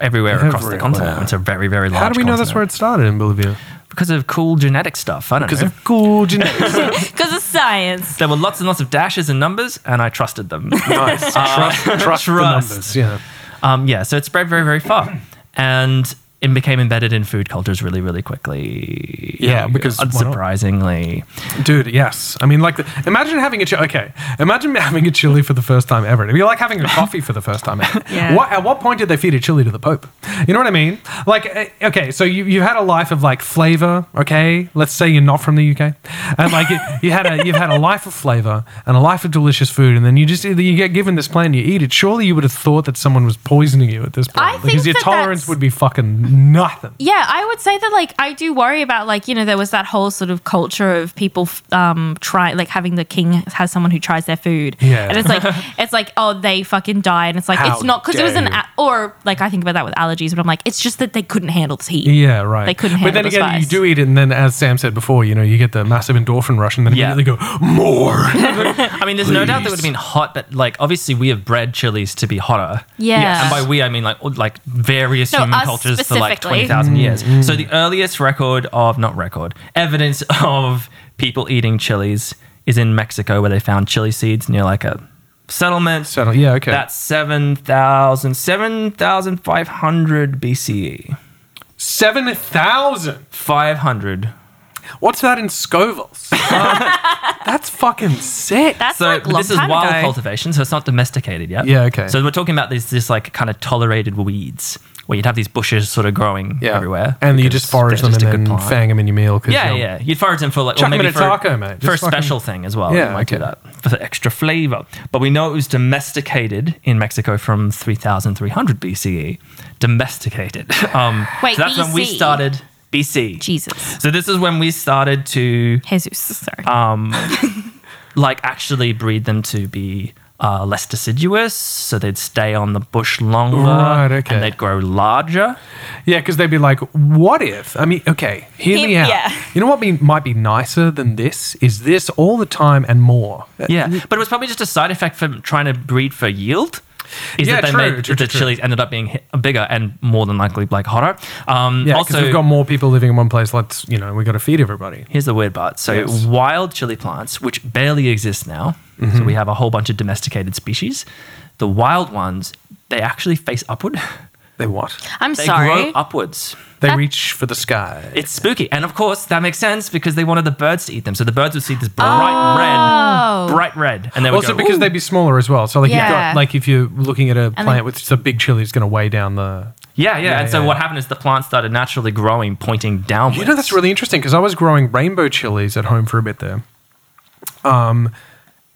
everywhere across the Everywhere. continent. It's a very, very large. How do we know that's where continent. it started in Bolivia? Because of cool genetic stuff. I don't Because know. of *laughs* cool genetics. Because of science. there were lots and lots of dashes and numbers, and I trusted them. *laughs* Uh, nice. Trust, trust, the Trust. numbers. Yeah. um, yeah, so it spread very, very far, and it became embedded in food cultures really, really quickly. Yeah, because why not? unsurprisingly, Dude, yes. I mean, like, the, imagine having a chili. Okay. Imagine *laughs* having a chili for the first time ever. It'd be like having a coffee for the first time ever. *laughs* Yeah. What, at what point did they feed a chili to the Pope? You know what I mean? Like, eh, okay, so you, you had a life of like flavor, okay? Let's say you're not from the UK. And like, you, you had a, you've had a life of flavor and a life of delicious food. And then you just, you get given this plan, you eat it. Surely you would have thought that someone was poisoning you at this point. I think because your that tolerance that's- would be fucking nothing. Yeah, I would say that like I do worry about like you know there was that whole sort of culture of people f- um try like having the king has someone who tries their food. Yeah. and it's *laughs* like it's like oh they fucking die and it's like How it's not because it was dare an you. a- or like I think about that with allergies, but I'm like it's just that they couldn't handle the heat. Yeah, right. They couldn't But handle then the again, spice. you do eat it, and then as Sam said before, you know, you get the massive endorphin rush, and then Yeah. immediately go more. *laughs* *laughs* I mean, there's no doubt they would have been hot, but like obviously we have bred chilies to be hotter. Yeah. Yes. And by we, I mean like all- like various No, human us cultures for like specifically. twenty thousand years. So the earliest record of not record evidence of people eating chilies is in Mexico, where they found chili seeds near like a settlement. Settle- yeah, okay. That's 7,000, 7,500 BCE. Seven thousand. 500. What's that in Scovilles? *laughs* Um, that's fucking sick. That's So like but long this is time wild ago. cultivation, so it's not domesticated yet. Yeah, okay. So we're talking about these this like kind of tolerated weeds where you'd have these bushes sort of growing everywhere, and you because just forage they're them and just a then good plant. fang them in your meal. 'cause Yeah, you'll- yeah. You'd forage them for like, Chuck or 'em maybe in a for, taco, mate. for a Just fucking- special thing as well. Yeah, you might do okay. that for the extra flavor. But we know it was domesticated in Mexico from 3,300 BCE. E. Domesticated. *laughs* Um, Wait, so that's when we BC. started BC. Jesus, So this is when we started to Jesus, sorry. Um, like actually breed them to be uh, less deciduous, so they'd stay on the bush longer, Right, okay. Uh, and they'd grow larger. Yeah, because they'd be like, "What if?" I mean, okay, hear Him- me out. yeah. You know what be, might be nicer than this is this all the time and more. Yeah, but it was probably just a side effect from trying to breed for yield. Is Yeah, that they true, made true, the true, true. chilies ended up being hi- bigger and more than likely like hotter. Um, Yeah, because also, we've got more people living in one place. Let's, you know, we got to feed everybody. here's the weird part. So Yes. Mm-hmm. wild chili plants, which barely exist now, so we have a whole bunch of domesticated species. The wild ones, they actually face upward. *laughs* They what? I'm They grow sorry. upwards. They That- reach for the sky. It's spooky. And of course, that makes sense because they wanted the birds to eat them. So the birds would see this bright Oh. red, bright red. And they would also go, because "Ooh." they'd be smaller as well. So like you've Yeah. got like if you're looking at a then- plant with a big chili, it's going to weigh down the. Yeah, yeah. Yeah, and so yeah. what happened is the plant started naturally growing, pointing downwards. You know that's really interesting because I was growing rainbow chilies at home for a bit there. Um,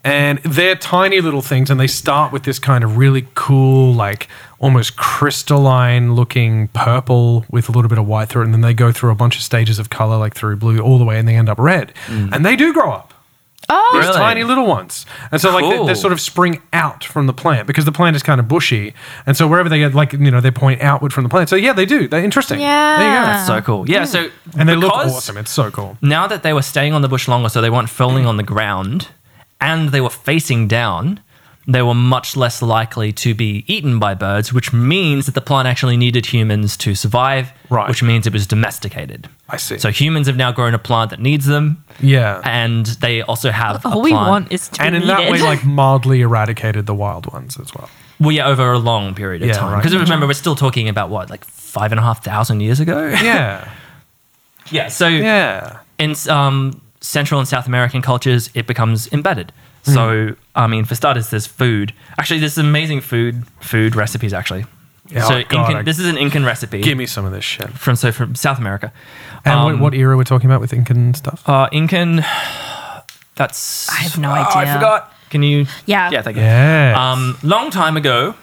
and they're tiny little things, and they start with this kind of really cool, like almost crystalline looking purple with a little bit of white through it, and then they go through a bunch of stages of color, like through blue all the way, and they end up red. And they do grow up. oh, These Mm. Really? tiny little ones. And so, like, they, Cool. they sort of spring out from the plant because the plant is kind of bushy. And so, wherever they get, like, you know, they point outward from the plant. So, yeah, they do. They're interesting. There Yeah. you so cool. Yeah, so go. Mm. And they look because awesome. It's so cool. Now that they were staying on the bush longer, so they weren't falling on the ground, and they were facing down, they were much less likely to be eaten by birds, which means that the plant actually needed humans to survive. Right. Which means it was domesticated. I see. So humans have now grown a plant that needs them, Yeah. and they also have a all we plant- want is to And in eat that it. way, *laughs* like, mildly eradicated the wild ones as well. Well, yeah, over a long period of Yeah, time. right. Because remember, we're still talking about what, like five and a half thousand years ago? *laughs* *laughs* Yeah. yeah. So yeah. in um, Central and South American cultures, it becomes embedded. Hmm. So, I mean, for starters, there's food. Actually, there's amazing food food recipes, actually. Yeah, so, oh, God, Incan, I- this is an Incan recipe Give me some of this shit. from so from South America. And Um, what, what era we're talking about with Incan stuff? Uh, Incan, *sighs* *laughs* that's. I have no Oh, Ah, I idea. forgot. Can you? Yeah. Yeah, thank you. Yeah. Um, long time ago,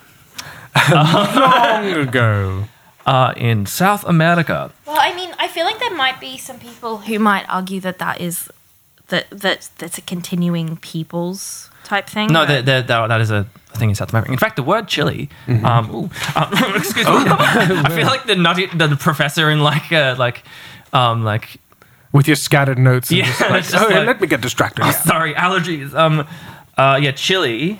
Long ago. uh, in South America, Well, I mean, I feel like there might be some people who might argue that that is that that that's a continuing peoples type thing. No, but- that that that- that is a thing in South America. In fact, the word chili. Um, ooh, um, *laughs* excuse me. I feel like the nutty, the professor in like uh, like um, like *laughs* *laughs* With your scattered notes. And Yeah, just like, it's *laughs* just oh, like- uh, let me get distracted. Yeah. sorry allergies. Um, uh, yeah, chili.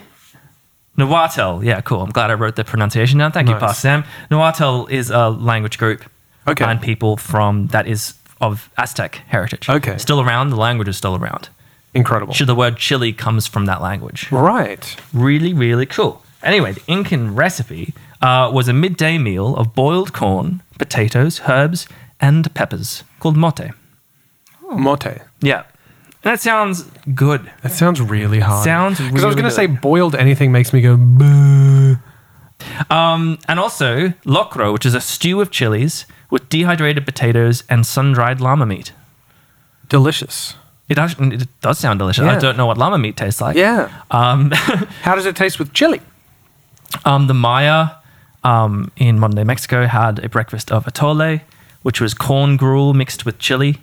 Nahuatl. Yeah, cool. I'm glad I wrote the pronunciation down. Thank you, Nice. Pastor Sam. Nahuatl is a language group. Okay. And people from that is of Aztec heritage. Okay. Still around. The language is still around. *laughs* Incredible. Should the word chili comes from that language. Right. really, really cool. Anyway, the Incan recipe uh, was a midday meal of boiled corn, potatoes, herbs, and peppers called mote. Hmm. Mote. Yeah. And that sounds good. That sounds really hard. Sounds I was really going to say good. boiled anything makes me go boo. Um, and also, locro, which is a stew of chilies with dehydrated potatoes and sun dried llama meat. Delicious. It, actually, it does sound delicious. I Yeah. don't know what llama meat tastes like. Yeah. Um, *laughs* How does it taste with chili? Um, the Maya um, in modern day Mexico had a breakfast of atole, which was corn gruel mixed with chili,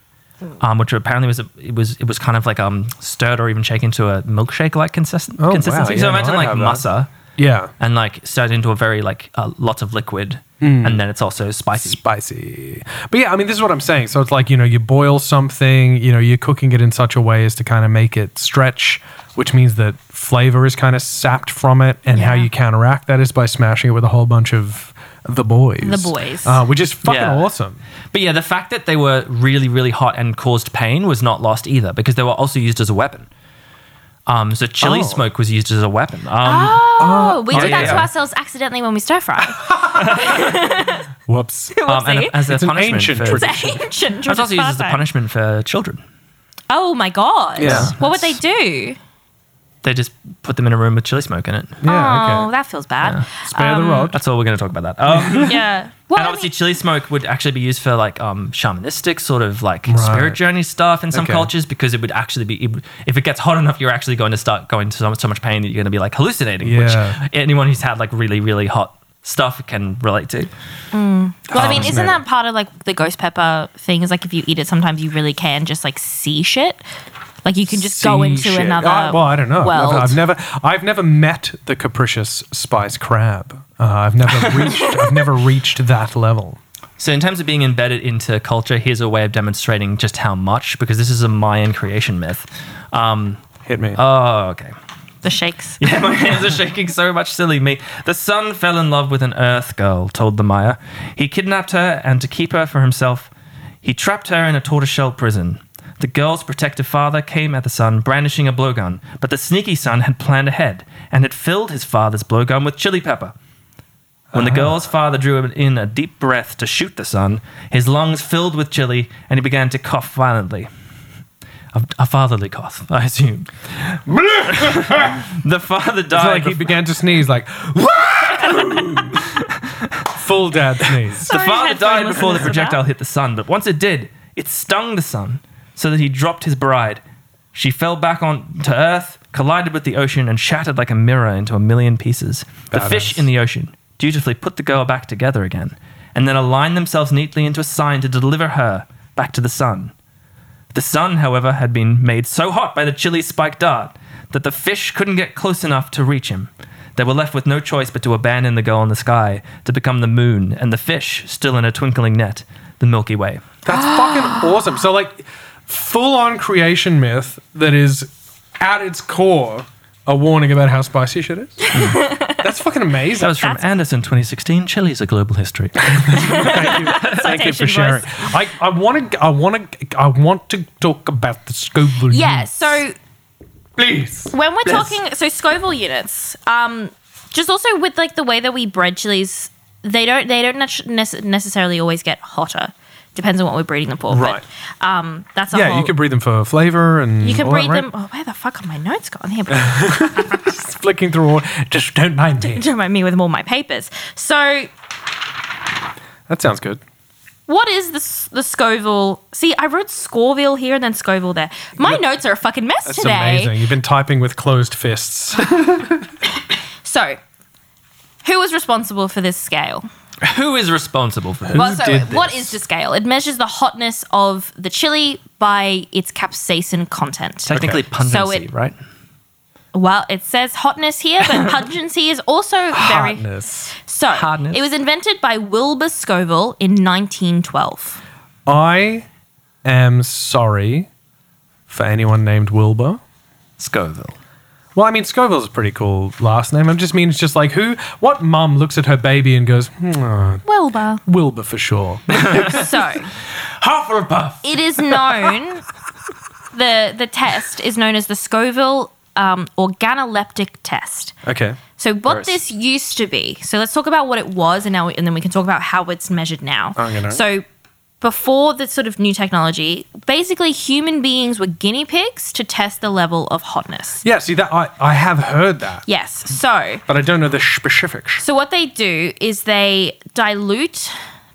um, which apparently was a, it was it was kind of like um, stirred or even shaken into a milkshake like consist- Oh, wow, consistency. yeah, no, so imagine I'd like have that. masa Yeah. and like stirred into a very like uh, lots of liquid, Hmm. and then it's also spicy. Spicy. But yeah, I mean, this is what I'm saying. So it's like, you know, you boil something, you know, you're cooking it in such a way as to kind of make it stretch, which means that flavor is kind of sapped from it. And how Yeah. you counteract that is by smashing it with a whole bunch of the boys. The boys. Uh, which is fucking Yeah. awesome. But yeah, the fact that they were really really hot and caused pain was not lost either because they were also used as a weapon. Um, so chili Oh. smoke was used as a weapon. Um, oh, we oh, did that yeah. to ourselves accidentally when we stir fry. *laughs* Whoops. *laughs* Oh, um, and Whoopsie. as a It's an punishment ancient for- tradition. it's ancient. That's also used as a pastime. punishment for children. Oh my god! Yeah. What would they do? They just put them in a room with chili smoke in it. Yeah. oh, okay. that um, feels bad. Spare the rod. That's all we're going to talk about that. Um, *laughs* Yeah. Well, and I obviously, mean- chili smoke would actually be used for like um, shamanistic sort of like Right. spirit journey stuff in some Okay. cultures because it would actually be it would- if it gets hot enough, you're actually going to start going to so, so much pain that you're going to be like hallucinating. Yeah. Which anyone who's had like really really hot stuff can relate to. well, I mean, comes, isn't no. that part of like the ghost pepper thing? Is like if you eat it, sometimes you really can just like see shit. Like you can just go sea into shit. another. I- well, I don't know. I've World. never, I've never, I've never met the capricious spice crab. Uh, *laughs* I've never reached, I've never reached that level. So, in terms of being embedded into culture, here's a way of demonstrating just how much because this is a Mayan creation myth. Um, Hit me. oh, okay. the shakes. *laughs* Yeah, my hands are shaking so much, silly me. The sun fell in love with an earth girl, told the Maya. He kidnapped her, and to keep her for himself, he trapped her in a tortoiseshell prison. The girl's protective father came at the son, brandishing a blowgun, but the sneaky son had planned ahead and had filled his father's blowgun with chili pepper. When Uh-huh. the girl's father drew in a deep breath to shoot the son, his lungs filled with chili and he began to cough violently. A, a fatherly cough, I *laughs* assume. *laughs* the father It's died. like he bef- began to sneeze, like *laughs* full dad sneeze. the Sorry, father headphone died before the listeners about- projectile hit the son, but once it did, it stung the son so that he dropped his bride. She fell back on to earth, collided with the ocean, and shattered like a mirror into a million pieces. The Badass. fish in the ocean dutifully put the girl back together again, and then aligned themselves neatly into a sign to deliver her back to the sun. The sun, however, had been made so hot by the chilly spiked dart that the fish couldn't get close enough to reach him. They were left with no choice but to abandon the girl in the sky to become the moon, and the fish, still in a twinkling net, the Milky Way. That's fucking awesome. So like full on creation myth that is at its core a warning about how spicy shit *laughs* is. That's fucking That amazing. was from That's- Anderson 2016. Chili's a *laughs* global history. Thank you. Thank you Citation for sharing. voice. I, I want to I want to I want to talk about the Scoville. Yeah, units. so please. when we're Yes. talking so Scoville units, um, just also with like the way that we bred chilies, they don't they don't nec- nec- necessarily always get hotter. Depends on what we're breeding them for. Right. But, um, that's a Yeah, whole, you can breed them for flavor and you can all that, breed right? them. Oh, where the fuck are my notes gone here? But *laughs* flicking through all. Just don't mind me. don't mind me with all my papers. So That sounds good. What is the s- the Scoville? See, I wrote Scoreville here and then Scoville there. My notes are a fucking mess That's today. amazing. You've been typing with closed fists. So, who was responsible for this scale? Who is responsible for who? well, so did what this? is the scale? It measures the hotness of the chili by its capsaicin content. Technically Okay. pungency, So it- right? Well, it says hotness here, but pungency is also very Hotness. so. Hardness. It was invented by Wilbur Scoville in 1912. I am sorry for anyone named Wilbur. Scoville. Well, I mean, Scoville's a pretty cool last name. I just mean it's just like who, what mum looks at her baby and goes, hmm, uh, Wilbur. Wilbur for sure. *laughs* So. Hufflepuff. it is known the the test is known as the Scoville um, organoleptic test. Okay. So what Gross. this used to be. So let's talk about what it was, and now and then we can talk about how it's measured now. I'm gonna- So before the sort of new technology, basically human beings were guinea pigs to test the level of hotness. Yeah. See that I, I have heard that, Yes. So but I don't know the specifics. So what they do is they dilute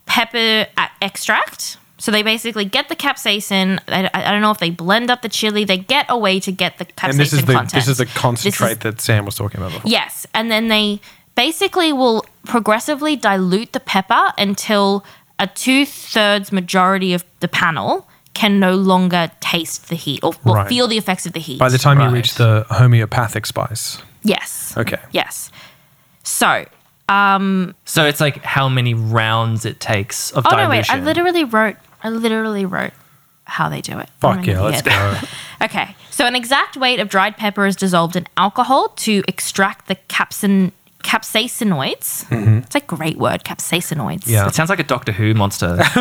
pepper a- extract. So they basically get the capsaicin. I, I- I don't know if they blend up the chili. They get a way to get the capsaicin And this is the content. this is the This concentrate that Sam was talking about before. yes, and then they basically will progressively dilute the pepper until a two thirds majority of the panel can no longer taste the heat or, or Right. feel the effects of the heat. By the time Right. you reach the homeopathic spice. yes, Okay. yes. So So it's like how many rounds it takes of Oh dilution. no, wait! I literally wrote. I literally wrote how they do it. I'm Fuck gonna yeah, let's get- go. *laughs* Okay, so an exact weight of dried pepper is dissolved in alcohol to extract the capsin capsaicinoids. It's a great word, capsaicinoids. Mm-hmm. Yeah. It sounds like a Doctor Who monster. *laughs*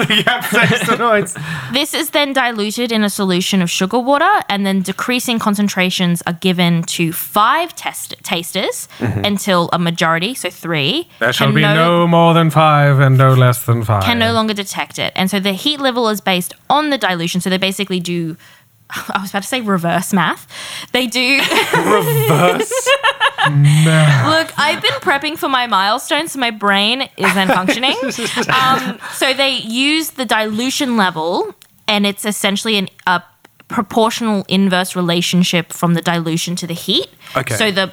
*laughs* This is then diluted in a solution of sugar water, and then decreasing concentrations are given to five test- tasters until a majority, so three, There shall can be no, more than five and no less than five. can no longer detect it. And so the heat level is based on the dilution. So they basically do, *laughs* I was about to say reverse math. They do. reverse. *laughs* math. Look, I've been prepping for my milestones, so my brain isn't *laughs* functioning. um, so they use the dilution level, and it's essentially an, a proportional inverse relationship from the dilution to the heat. Okay. So the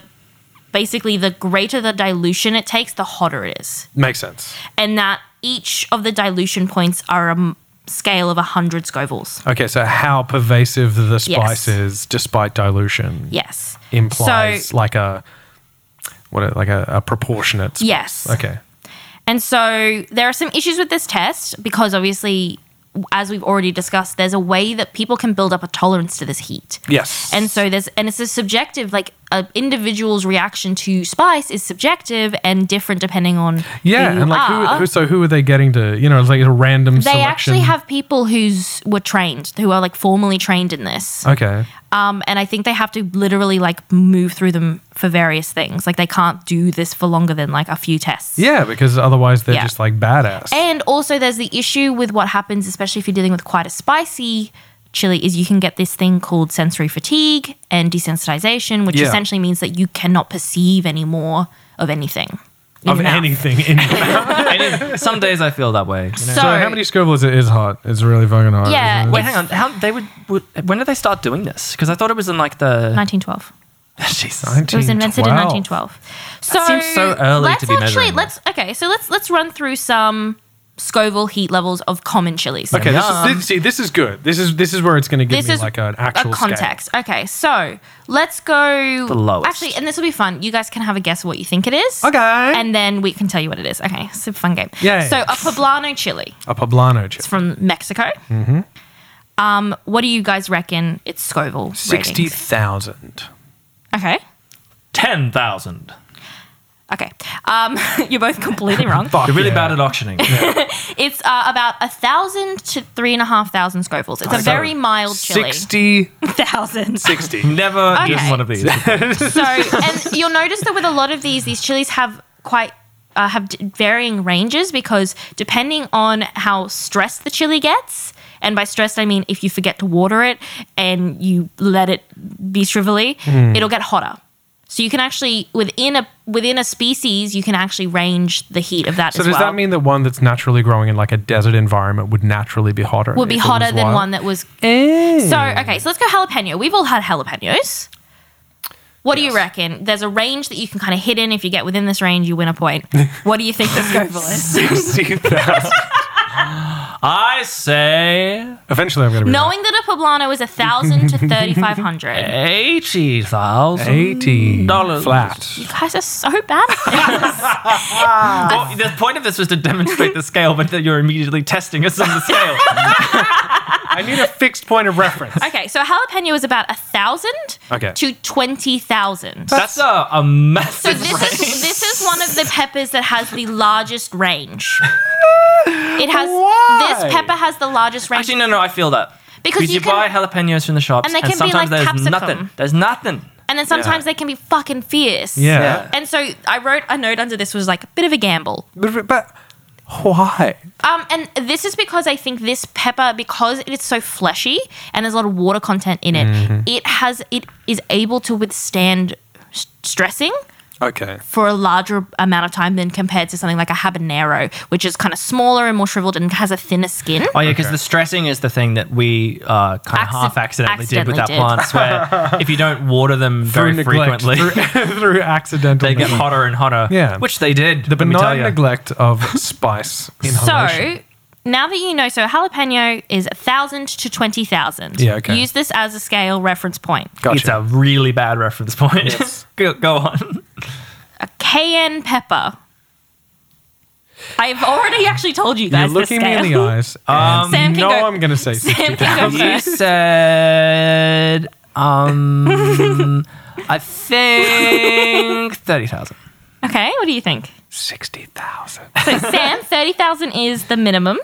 basically the greater the dilution it takes, the hotter it is. Makes sense. and that each of the dilution points are a m- scale of 100 scovilles. Okay, so how pervasive the Yes. spice is, despite dilution, Yes. implies So, like a what, a- like a, a proportionate. Spice. yes. Okay. And so there are some issues with this test because obviously, as we've already discussed, there's a way that people can build up a tolerance to this heat. Yes. And so there's, and it's a subjective, like an individual's reaction to spice is subjective and different depending on Yeah, who you and like are. who, who? So who are they getting to? You know, it's like a random they selection. actually have people who's were trained who are like formally trained in this Okay. um, and i think they have to literally like move through them for various things like they can't do this for longer than like a few tests Yeah, because otherwise they're Yeah. just like badass. and also there's the issue with what happens especially if you're dealing with quite a spicy chili is you can get this thing called sensory fatigue and desensitization which Yeah. essentially means that you cannot perceive anymore of anything in of your mouth. anything *laughs* in your mouth. Some days I feel that way. so, So how many scribbles it is hot? It's really fucking hot. Yeah. isn't it? Wait, hang on. How they would, would? When did they start doing this? Because I thought it was in like the 1912 *laughs* Jesus. It was invented in 1912. 1912. So seems so early let's to be actually measuring let's okay. So let's let's run through some Scoville heat levels of common chilies. Okay, this is, Yum. this, see, this is good. This is this is where it's going to give This me is like an actual a context. Okay, so let's go The lowest. Actually, and this will be fun. You guys can have a guess what you think it is. Scale. Okay, And then we can tell you what it is. Okay, super fun game. Yay. So a poblano chili a poblano chip. from Mexico. Mm-hmm. Um, what do you guys reckon its Scoville Sixty ratings? thousand. Okay. Ten thousand. Okay. Um, *laughs* you're both completely wrong. *laughs* Fuck You're *laughs* really yeah. bad at auctioning. It's uh, about a thousand to three and a half thousand Scovilles. It's a So, very mild chili. Sixty. *laughs* Thousand. Sixty. *laughs* Never Okay. given one of *laughs* these. So, and you'll notice that with a lot of these, these chilies have quite. Uh, have d- varying ranges because depending on how stressed the chili gets, and by stressed I mean if you forget to water it and you let it be shrivelly, Hmm. it'll get hotter. So you can actually within a within a species, you can actually range the heat of that. So as does well. that mean that one that's naturally growing in like a desert environment would naturally be hotter? would be if it was hotter than wild? one that was. So okay, so let's go jalapeno. We've all had jalapenos. What do you reckon? There's a range that you can kind of hit in. If you get within this range, you win a *laughs* point. What do you think the Scoville is? *laughs* Sixty thousand. I say Eventually, I'm going to be Knowing that a poblano is a thousand to thirty-five *laughs* hundred. eighty right. thousand. eighty Dollars. flat. You guys are so bad *laughs* at this. Well, the point of this was to demonstrate the scale, but that you're immediately testing us on the scale. *laughs* I need a fixed point of reference. Okay, so a jalapeno is about a thousand Okay. to twenty thousand. That's a, a So massive. this is this is one of the peppers that has the largest range. It has *laughs* Why? this pepper has the largest range. Actually, no, no, I feel that Because you, you can- buy jalapenos from the shops, And they can be like sometimes there's capsicum. nothing. There's nothing. And then sometimes Yeah. they can be fucking fierce. Yeah. And so I wrote a note under this was like a bit of a gamble. But, but why? Um, and this is because I think this pepper, because it's so fleshy and there's a lot of water content in it, Mm-hmm. it has it is able to withstand s- stressing Okay. for a larger amount of time than compared to something like a habanero, which is kind of smaller and more shriveled and has a thinner skin. Oh yeah, because the stressing is the thing that we uh, kind of Acci- half accidentally, did with our accidentally plants, *laughs* where if you don't water them very Through neglect, frequently, through, *laughs* through accidental *laughs* they get neglect. hotter and hotter. Yeah. which they did. The let me tell benign you. neglect of spice inhalation. *laughs* So now that you know, so jalapeno is a thousand to twenty thousand. Yeah, okay. Use this as a scale reference point. It's a really bad reference point. *laughs* go, go on. a cayenne pepper. I've already actually told you You're guys looking the me scale. in *laughs* the eyes. Um, Sam can no, go- I'm going to say Sam 60. can go *laughs* You first. said, *laughs* um, I think thirty thousand. Okay, what do you think? 60,000. *laughs* So Sam, thirty thousand is the minimum,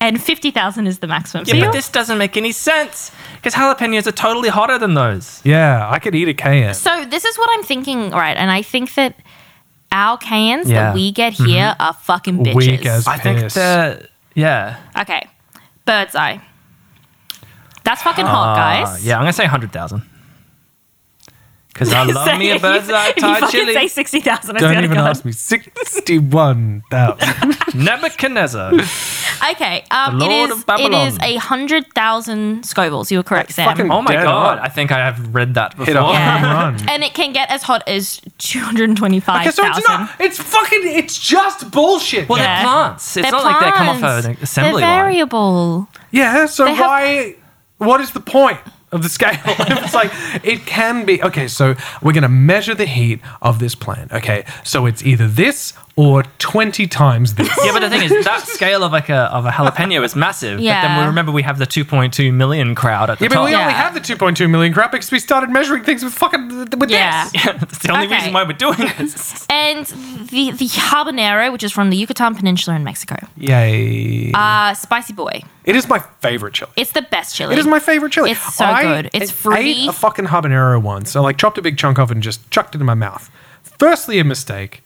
and fifty thousand is the maximum. So Yeah, but you're- this doesn't make any sense because jalapenos are totally hotter than those. Yeah, I could eat a cayenne. So this is what I'm thinking, right? And I think that our cayennes Yeah. that Mm-hmm. we get here are fucking bitches. Weak as I think piss. they're yeah. okay, bird's eye. That's fucking hot, Uh, guys. *laughs* yeah, I'm gonna say hundred thousand. Because I love me a bird's eye If *laughs* you Thai fucking say chili. sixty thousand, I swear Don't to even God. ask *laughs* me. 61,000. Nebuchadnezzar. Okay, um, The it Lord is of it Babylon. is a hundred thousand scovilles. You were correct, Sam. fucking- Oh my Dead god! on. I think I have read that before. Hit a Yeah. home run. and it can get as hot as two hundred twenty-five so it's thousand. not. It's fucking. It's just bullshit. *laughs* Well, Yeah. they're plants. It's not like they come off an assembly They're line. variable. yeah, so They have- why. What is the point? Of the scale, *laughs* it's like it can be okay. So we're gonna measure the heat of this plant. Okay, so it's either this or 20 times *laughs* this. Yeah, but the thing is, that scale of like a of a jalapeno is massive. But then Yeah. we remember we have the 2.2 million crowd at the Yeah, but top. we Yeah. only have the 2.2 million crap because we started measuring things with fucking with Yeah. this. Yeah, *laughs* that's the only Okay. reason why we're doing this. And the, the habanero, which is from the Yucatan Peninsula in Mexico. Yay! Uh, spicy boy. it is my favorite chili. It's the best chili. It is my favorite chili. It's so good. It's ate fruity. a fucking habanero once. I like chopped a big chunk off and just chucked it in my mouth. Firstly, a mistake,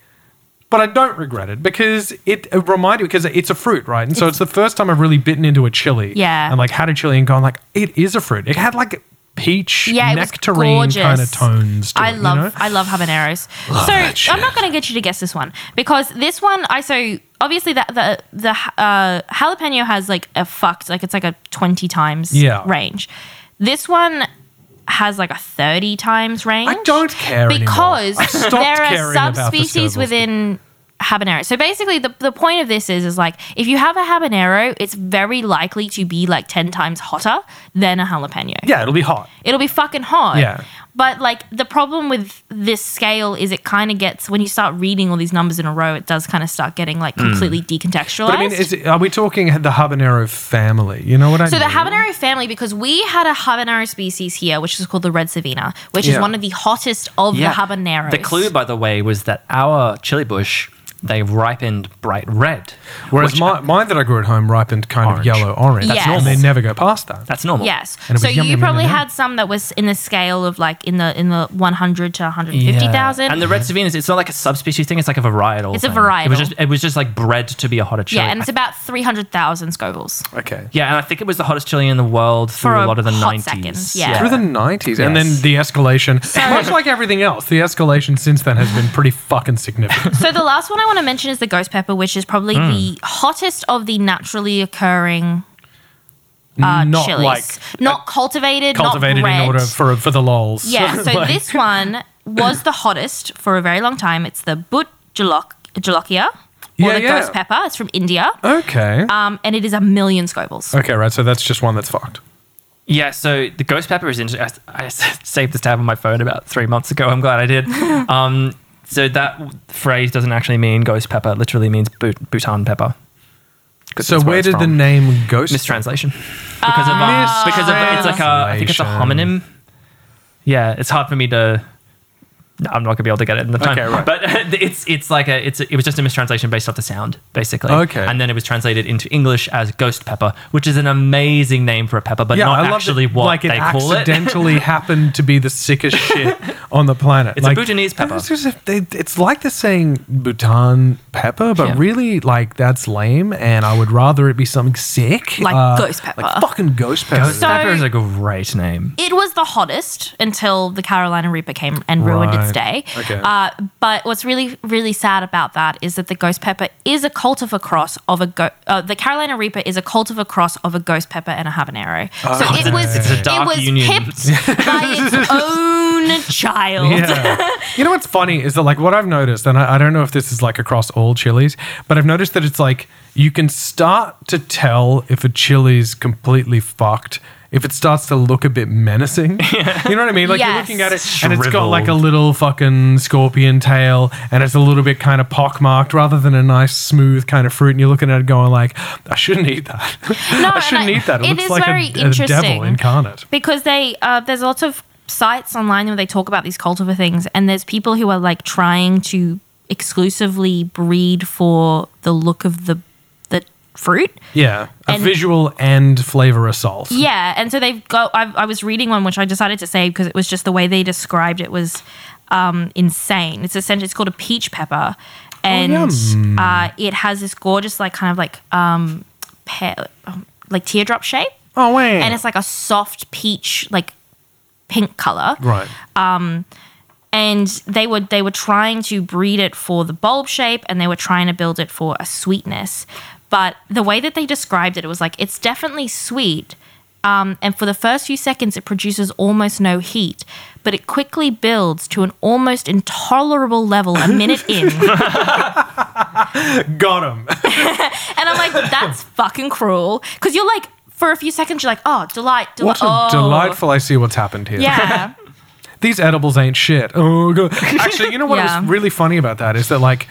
but I don't regret it because it, it reminded because it's a fruit, right? And so it's the first time I've really bitten into a chili. Yeah. And like had a chili and gone like it is a fruit. It had like peach Yeah, it was nectarine gorgeous. kind of tones. To I it, you love know? I love habaneros. so I'm not going to get you to guess this one because this one I so obviously that the the uh, jalapeno has like a fucked like it's like a 20 times Yeah. range. This one has like a 30 times range. I don't care anymore. because I've stopped there are caring about the subspecies Scovels. within habanero. So basically, the, the point of this is is like if you have a habanero, it's very likely to be like ten times hotter than a jalapeno. Yeah, it'll be hot. It'll be fucking hot. Yeah. But like the problem with this scale is it kind of gets when you start reading all these numbers in a row, it does kind of start getting like completely decontextualized. Hmm. But I mean, is it, are we talking the habanero family? You know what I So the mean? habanero family, because we had a habanero species here, which is called the red savina, which is Yeah. one of the hottest of *laughs* the habaneros. The clue, by the way, was that our chili bush they ripened bright red, Whereas which- my, mine that I grew at home ripened kind Orange. of yellow orange. That's Yes. normal. And they never go past that. that's normal. Yes. And it So was yum, you yum, yum, probably yum, yum. had some that was in the scale of like in the in the one hundred to one hundred fifty thousand. And the red savinas, it's not like a subspecies thing. It's like a varietal. It's a thing. It varietal. was just it was just like bred to be a hotter chili. yeah, and it's about three hundred thousand scovels. Okay. yeah, and I think it was the hottest chili in the world through For a a, lot of the hot 90s. second, yeah. Through the 90s. And then Yes. the escalation. Much like everything else, the escalation since then has been pretty fucking significant. So the last one I want to mention is the ghost pepper, which is probably Hmm. the hottest of the naturally occurring uh, Not chilies. like not cultivated, cultivated not bred. in order for, for the lols. *laughs* yeah. So Like- this one was the hottest for a very long time. It's the but jalok jalokia. Or Yeah, the yeah. ghost pepper. It's from India. Okay. Um, and it is a million scovels. okay, right. So that's just one that's fucked. Yeah, so the ghost pepper is interesting. I, *laughs* I saved this tab on my phone about three months ago. I'm glad *laughs* I did. um, so that w- phrase doesn't actually mean ghost pepper. It literally means Bhut- Bhutan pepper. 'Cause So that's where it's did the from. name Ghost mistranslation? Because of uh, because of it's like a, I think it's a Mistranslation. homonym. Yeah, it's hard for me to. no, I'm not gonna be able to get it in the time. Okay, right. But *laughs* it's it's like a it's a, it was just a mistranslation based off the sound basically. Okay. And then it was translated into English as ghost pepper, which is an amazing name for a pepper, but not love actually that, what like they it call it. *laughs* accidentally happened to be the sickest shit on the planet. It's a Bhutanese pepper. It's, just a- they- it's like they're saying Bhutan pepper, but Yeah. really, like that's lame, and I would rather it be something sick, uh, Like ghost pepper. like fucking ghost pepper. Ghost So- pepper is a great name. It was the hottest until the Carolina Reaper came and ruined its Right. day. Okay. Uh, but what's really, really sad about that is that the ghost pepper is a cultivar cross of a go- uh, the Carolina Reaper is a cultivar cross of a ghost pepper and a habanero. so it's it a- was it's a dark it was union. pipped *laughs* by its own *laughs* child. Yeah. you know what's funny is that like what I've noticed, and I, I don't know if this is like across all chilies, but I've noticed that it's like you can start to tell if a chili's completely fucked. If it starts to look a bit menacing, you know what I mean? Like you're Yes. looking at it and it's got like a Shriveled. little fucking scorpion tail and it's a little bit kind of pockmarked rather than a nice smooth kind of fruit. And you're looking at it going like, I shouldn't eat that. No, *laughs* I and shouldn't I- eat that. It, it looks is like very a, a interesting. devil incarnate. because they uh, there's lots of sites online where they talk about these cultivar things and there's people who are like trying to exclusively breed for the look of the the fruit Yeah. A And- visual and flavor assault. yeah and so they've got I, I was reading one which i decided to save because it was just the way they described it was um, insane it's essentially it's called a peach pepper and uh, it has this gorgeous like kind of like um, pe- um like teardrop shape Oh, wait. and it's like a soft peach like pink color Right. and they were they were trying to breed it for the bulb shape and they were trying to build it for a sweetness but the way that they described it it was like it's definitely sweet um, and for the first few seconds it produces almost no heat but it quickly builds to an almost intolerable level a minute *laughs* in and Got *laughs* him. i'm like that's fucking cruel because you're like for a few seconds you're like oh delight delight What a oh. delightful. I see what's happened here. yeah *laughs* These edibles ain't shit. Oh, God. Actually, you know what Yeah. was really funny about that is that, like,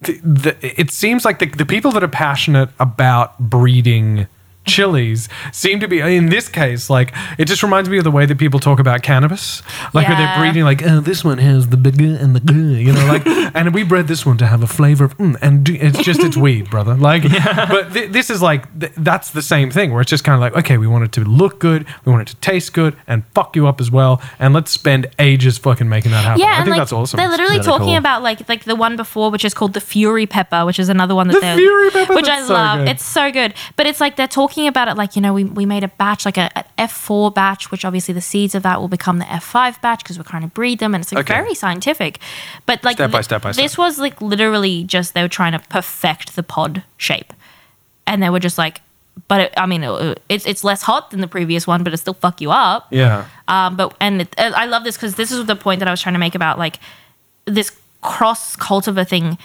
the, the, it seems like the, the people that are passionate about breeding chilies seem to be in this case like it just reminds me of the way that people talk about cannabis like where Yeah. they're breeding like oh this one has the bigger and the good you know *laughs* like and we bred this one to have a flavor of mm, and do, it's *laughs* just it's weed brother like but th- this is like th- that's the same thing where it's just kind of like okay we want it to look good we want it to taste good and fuck you up as well and let's spend ages fucking making that happen Yeah, i and think like that's awesome they're literally really talking cool. about like like the one before, which is called the Fury Pepper, which is another one that The they're Fury Pepper? which That's I so love. good. It's so good, but it's like they're talking about it like you know we, we made a batch like a, a F four batch, which obviously the seeds of that will become the F five batch because we're trying to breed them, and it's like Okay. very scientific. But like Step by li- step by step. this was like literally just they were trying to perfect the pod shape, and they were just like. But it, I mean, it, it's it's less hot than the previous one, but it still fuck you up. yeah Um, but and it, and I love this because this is the point that I was trying to make about like this cross cultivar thing.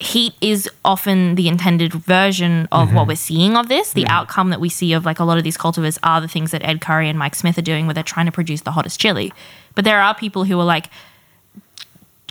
Heat is often the intended version of what we're seeing of this. The outcome that we see of like a lot of these cultivars are the things that Ed Curry and Mike Smith are doing, where they're trying to produce the hottest chili. But there are people who are like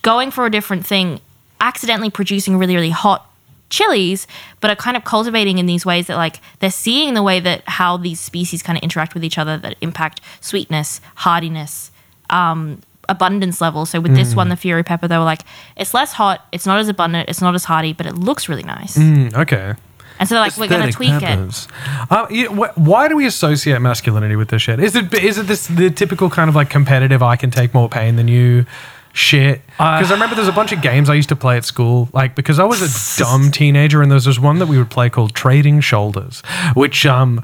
going for a different thing, accidentally producing really really hot chilies, but are kind of cultivating in these ways that like they're seeing the way that how these species kind of interact with each other that impact sweetness, hardiness, um, abundance level. So with this Mm. one, the fury pepper, they were like, it's less hot, it's not as abundant, it's not as hardy, but it looks really nice. Mm, okay And so they're like, we're going to tweak it. it. Uh, why do we associate masculinity with this shit? Is it is it this the typical kind of like competitive? I can take more pain than you. Shit, because I remember there's a bunch of games I used to play at school, like because I was a dumb teenager, and there was this one that we would play called Trading Shoulders, which um,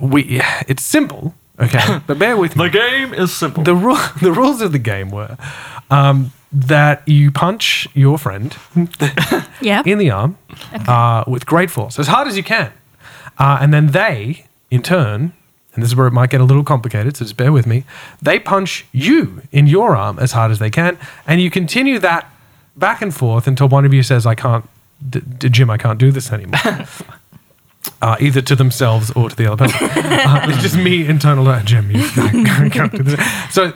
we it's simple, okay, but bear with me. The game is simple. The rule, *laughs* the rules of the game were um, that you punch your friend Yeah. in the arm uh, with great force, as hard as you can. Uh, and then they, in turn, and this is where it might get a little complicated, so just bear with me, they punch you in your arm as hard as they can. And you continue that back and forth until one of you says, I can't, D- D- Jim, I can't do this anymore. Uh, either to themselves or to the other person. Uh, it's just me internal. uh, Jim, you *laughs* I can't do this. So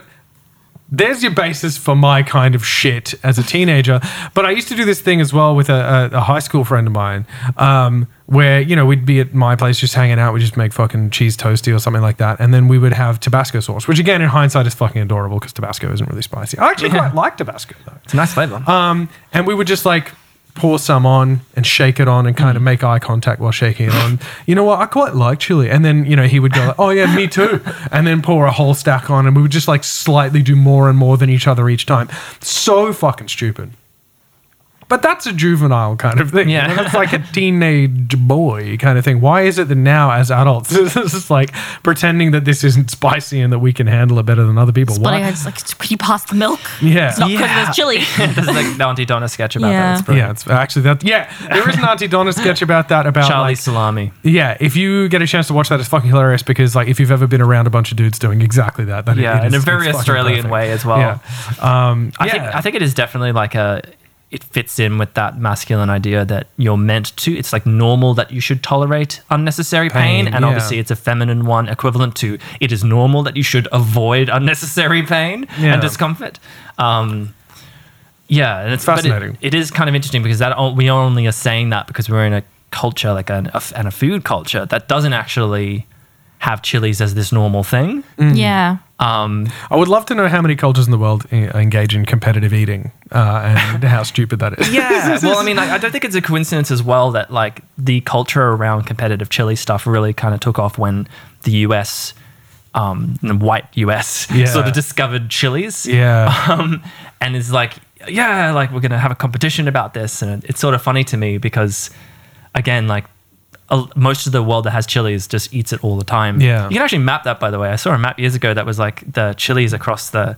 there's your basis for my kind of shit as a teenager. But I used to do this thing as well with a, a, a high school friend of mine, um, where you know we'd be at my place just hanging out. We would just make fucking cheese toasty or something like that, and then we would have Tabasco sauce, which again in hindsight is fucking adorable because Tabasco isn't really spicy. I actually quite like Tabasco though. it's a nice flavor. Um, and we would just like pour some on and shake it on and kind of make eye contact while shaking it on. You know what? I quite like chili. And then, you know, he would go like, oh yeah, me too. And then pour a whole stack on and we would just like slightly do more and more than each other each time. So fucking stupid. But that's a juvenile kind of thing. Yeah. It's like a teenage boy kind of thing. Why is it that now, as adults, *laughs* this is like pretending that this isn't spicy and that we can handle it better than other people? But Why? it's like, could you pass the milk? Yeah. It's not because Yeah. of this chili. *laughs* There's like the Auntie Donna sketch about Yeah. that. It's brilliant. Yeah, it's actually that. Yeah, there is an Auntie Donna sketch about that. About Charlie like, Salami. yeah, if you get a chance to watch that, it's fucking hilarious because like if you've ever been around a bunch of dudes doing exactly that, then it- Yeah, it in a is- very it's fucking Australian perfect. way as well. Yeah, um, I, yeah. think, I think it is definitely like a. It fits in with that masculine idea that you're meant to. It's like normal that you should tolerate unnecessary pain, Pain, and yeah. obviously it's a feminine one equivalent to it is normal that you should avoid unnecessary pain Yeah. and discomfort. Um, yeah, and it's but it- Fascinating. it is kind of interesting because that o- we only are saying that because we're in a culture like an, a, f- and a food culture that doesn't actually have chilies as this normal thing. Mm. Yeah. Um, I would love to know how many cultures in the world e- engage in competitive eating uh, *laughs* and how stupid that is. *laughs* Yeah. *laughs* well, I mean, like, I don't think it's a coincidence as well that like the culture around competitive chili stuff really kind of took off when the US, um, the white US, Yeah. *laughs* sort of discovered chilies. yeah, Um, and is like, yeah, like we're gonna have a competition about this, and it's sort of funny to me because, again, like. a- Most of the world that has chilies just eats it all the time. Yeah. you can actually map that. By the way, I saw a map years ago that was like the chilies across the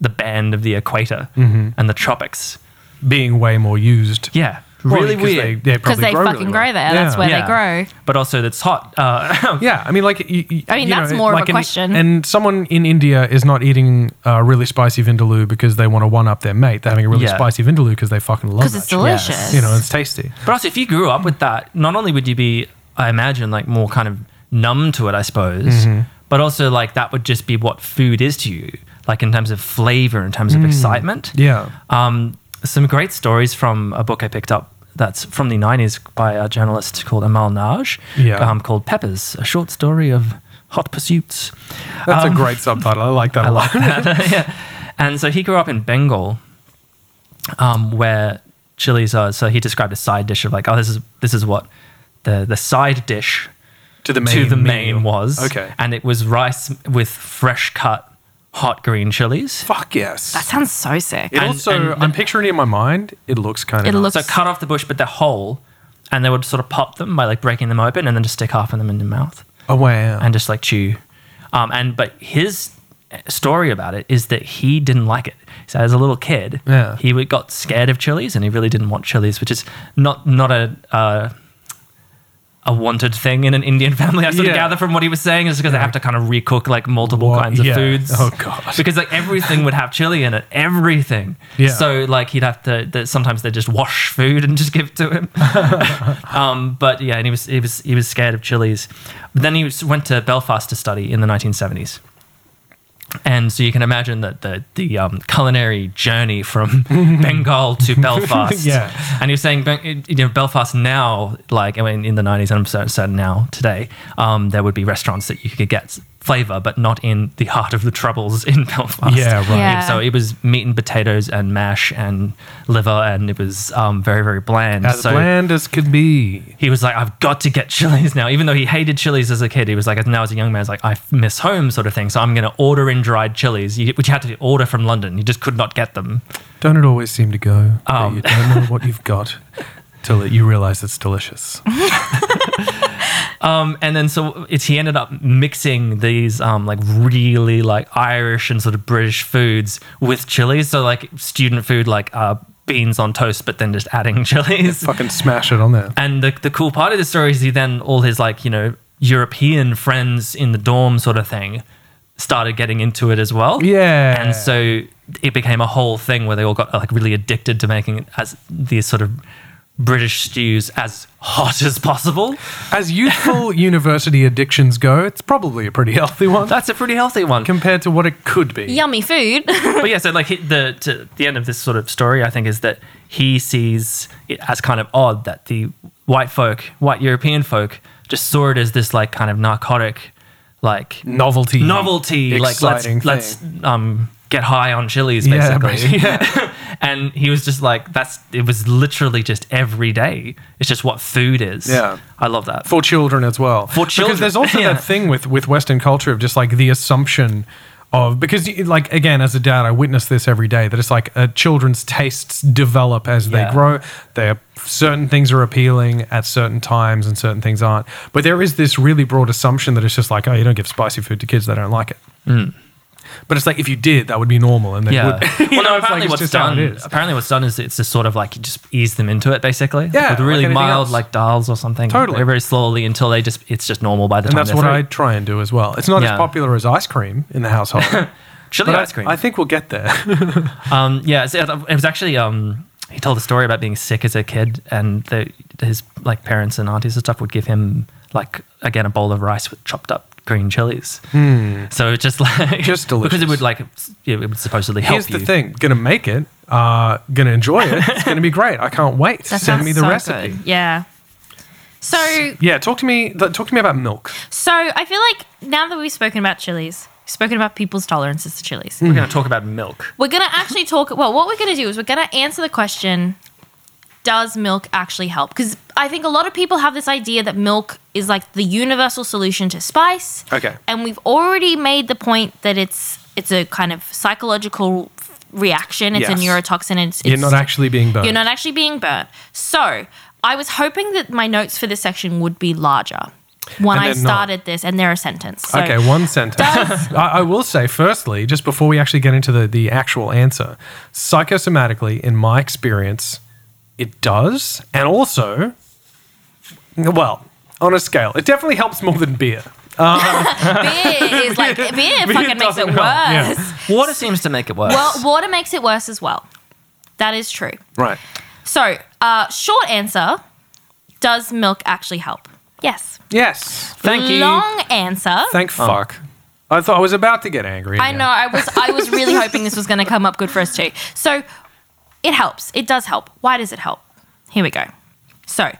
the band of the equator and the tropics. being way more used. Yeah, Probably really 'cause weird. They, Because they fucking grow well. there. Yeah. That's where they grow. But also, that's hot. *laughs* Uh, Yeah, I mean, like, y- y- I mean, you that's know, more of like a question. And someone in India is not eating uh, really spicy vindaloo because they want to one up their mate. They're having a really Yeah. spicy vindaloo because they fucking love it. Because it's delicious. You know, it's tasty. but also, if you grew up with that, not only would you be, I imagine, like more kind of numb to it, I suppose, but also like that would just be what food is to you, like in terms of flavor, in terms of excitement. Yeah. Um, some great stories from a book I picked up that's from the 90s by a journalist called Amal Naj Yeah. um, called Peppers, a short story of hot pursuits. That's Um, a great subtitle. I like that a lot. *laughs* yeah. And so he grew up in Bengal, um, where chilies are. So he described a side dish of like, oh, this is this is what the the side dish to the to the meal. main was. Okay. and it was rice with fresh cut hot green chilies. Fuck yes. That sounds so sick. it and- also, and- I'm picturing it in my mind. It looks kind It of. looks So cut off the bush, but they're whole, and they would sort of pop them by like breaking them open and then just stick half of them in your mouth. oh wow. and just like chew. Um, and but his story about it is that he didn't like it. So as a little kid, Yeah. he would- got scared of chilies, and he really didn't want chilies, which is not not a. Uh, a wanted thing in an Indian family, I sort Yeah. of gather from what he was saying, is because they have to kind of recook like multiple What? kinds of Yeah. foods. Oh, God. Because like everything would have chili in it, everything. Yeah. So like he'd have to. The, sometimes they just wash food and just give it to him. Um, but yeah, and he was he was he was scared of chilies. But then he was, went to Belfast to study in the 1970s, and so you can imagine that the the um, culinary journey *laughs* from Bengal to Belfast. Yeah. and he was saying Ben- you know Belfast now, like I mean in the 90s, and I'm certain, certain now today, um, there would be restaurants that you could get flavor, but not in the heart of the troubles in *laughs* Belfast. Yeah, right. Yeah. So it was meat and potatoes and mash and liver, and it was um, very very bland. as so bland as could be. he was like, I've got to get chilies now. Even though he hated chilies as a kid, he was like, now as a young man, he's like, I miss home, sort of thing. So I'm going to order in dried chilies, you- which you had to order from London. You just could not get them. Don't it always seem to go? that Um. you don't know what you've got till it- you realize it's delicious. Um, and then so it's, he ended up mixing these um, like really like Irish and sort of British foods with chilies. So like student food, like uh, beans on toast, but then just adding *laughs* chilies. Fucking smash it on there. And the, the cool part of the story is he then all his like you know European friends in the dorm sort of thing started getting into it as well. Yeah. and so it became a whole thing where they all got like really addicted to making it as these sort of British stews as hot as possible. As youthful university addictions go, it's probably a pretty healthy one That's a pretty healthy one. compared to what it could be. Yummy food. *laughs* but yeah, so like he- the to the end of this sort of story, I think is that he sees it as kind of odd that the white folk, white European folk, just saw it as this like kind of narcotic, like Novelty. novelty, like let's Exciting let's um get high on chilies Yeah, basically. yeah. *laughs* and he was just like that's it was literally just every day. It's just what food is. Yeah. I love that. for children as well. For children, because there's also yeah. that thing with with Western culture of just like the assumption of because you- like again as a dad I witness this every day that it's like uh, children's tastes develop as Yeah. they grow. They certain things are appealing at certain times and certain things aren't. But there is this really broad assumption that it's just like oh you don't give spicy food to kids they don't like it. But it's like if you did that would be normal and they Mm. yeah. would. *laughs* you *laughs* well, know, no, it's like, apparently it's what's just how it done. is. Apparently what's done is it's just sort of like you just ease them into it, basically. Yeah, like with really anything mild, else. like dals or something. Totally. Very, very slowly until they just it's just normal by the And time. that's they're what I three. try and do as well. It's not Yeah. as popular as ice cream in the *laughs* household. chili but I- ice cream. I think we'll get there. Um, yeah, so it was actually um, he told a story about being sick as a kid, and the, his like parents and aunties and stuff would give him like again a bowl of rice with chopped up green chilies. So it just *laughs* like Hmm. Just because it delicious. would like s- yeah, it would supposedly help Here's you. the thing: gonna make it, uh, gonna enjoy it. It's gonna *laughs* be great. I can't wait. That Send sounds me the so recipe. good. Yeah. So Yeah, talk to me. th- Talk to me about milk. so I feel like now that we've spoken about chilies, spoken about people's tolerances to chilies, Hmm. We're going to talk about milk. we're gonna actually talk. Well, what we're gonna do is we're gonna answer the question: Does milk actually help? Because I think a lot of people have this idea that milk is like the universal solution to spice. Okay. and we've already made the point that it's it's a kind of psychological reaction. It's Yes. a neurotoxin. It's, it's You're not actually being burned. you're not actually being burnt. So I was hoping that my notes for this section would be larger when And I they're not. started this, and they're a sentence. So okay, one sentence. *laughs* I, I will say, firstly, just before we actually get into the the actual answer, psychosomatically, in my experience, it does, and also, well, on a scale, it definitely helps more than beer. beer *laughs* is like beer, fucking makes it doesn't worse. help, yeah. Water seems to make it worse. Well, water makes it worse as well. That is true. Right. So, uh, short answer: Does milk actually help? Yes. Yes. thank you. Long answer. Thank Oh. fuck. I thought I was about to get angry. I again. know. I was I was really hoping this was going to come up good for us too. So, It helps. It does help. Why does it help? Here we go. So,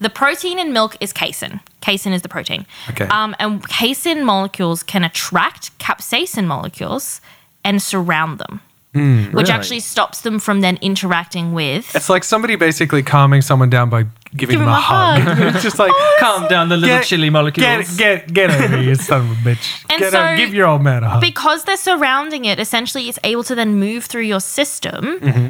the protein in milk is casein. Casein is the protein. Okay. Um, and casein molecules can attract capsaicin molecules and surround them, which really? actually stops them from then interacting with. It's like somebody basically calming someone down by giving Give them him a a hug. *laughs* it's just *laughs* like Calm down the little Get- chili Get molecules. get get over you son of a bitch. And get so- over, give your old man a hug. because they're surrounding it essentially it's able to then move through your system Mm-hmm.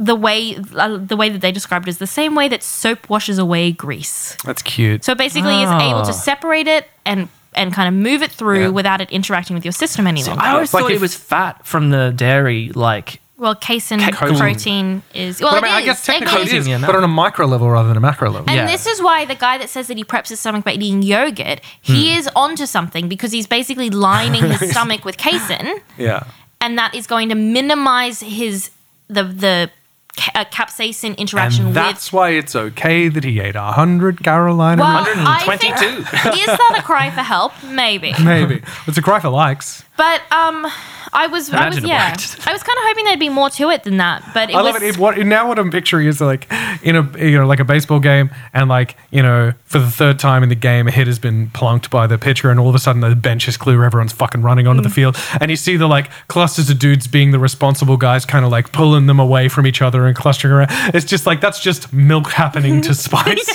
the way uh, the way that they described it is the same way that soap washes away grease That's cute. so basically it's able to Ah. separate it and and kind of move it through Yeah. without it interacting with your system any longer I always Like thought if- it was fat from the dairy. Like, well casein Casein. protein is well but I it mean, I is. guess It technically is. it is, Yeah, no. but on a micro level rather than a macro level. And Yeah. this is why the guy that says that he preps his stomach by eating yogurt, he Hmm. is onto something because he's basically lining *laughs* his stomach with casein. yeah. and that is going to minimize his the the ca- uh, capsaicin interaction And with. that's why it's okay that he ate a hundred Carolina. Well, Reaper- I think- 122. is that a cry for help? Maybe, Maybe it's a cry for likes. but um, I was I was Imagine it yeah, I was worked. kind of hoping there'd be more to it than that. But it I was love it. *laughs* it. What now? What I'm picturing is like in a you know like a baseball game, and like you know for the third time in the game, a hit has been plunked by the pitcher, and all of a sudden the bench is clear. Everyone's fucking running onto Mm. the field, and you see the like clusters of dudes being the responsible guys, kind of like pulling them away from each other and clustering around. It's just like that's just milk happening *laughs* to Spice.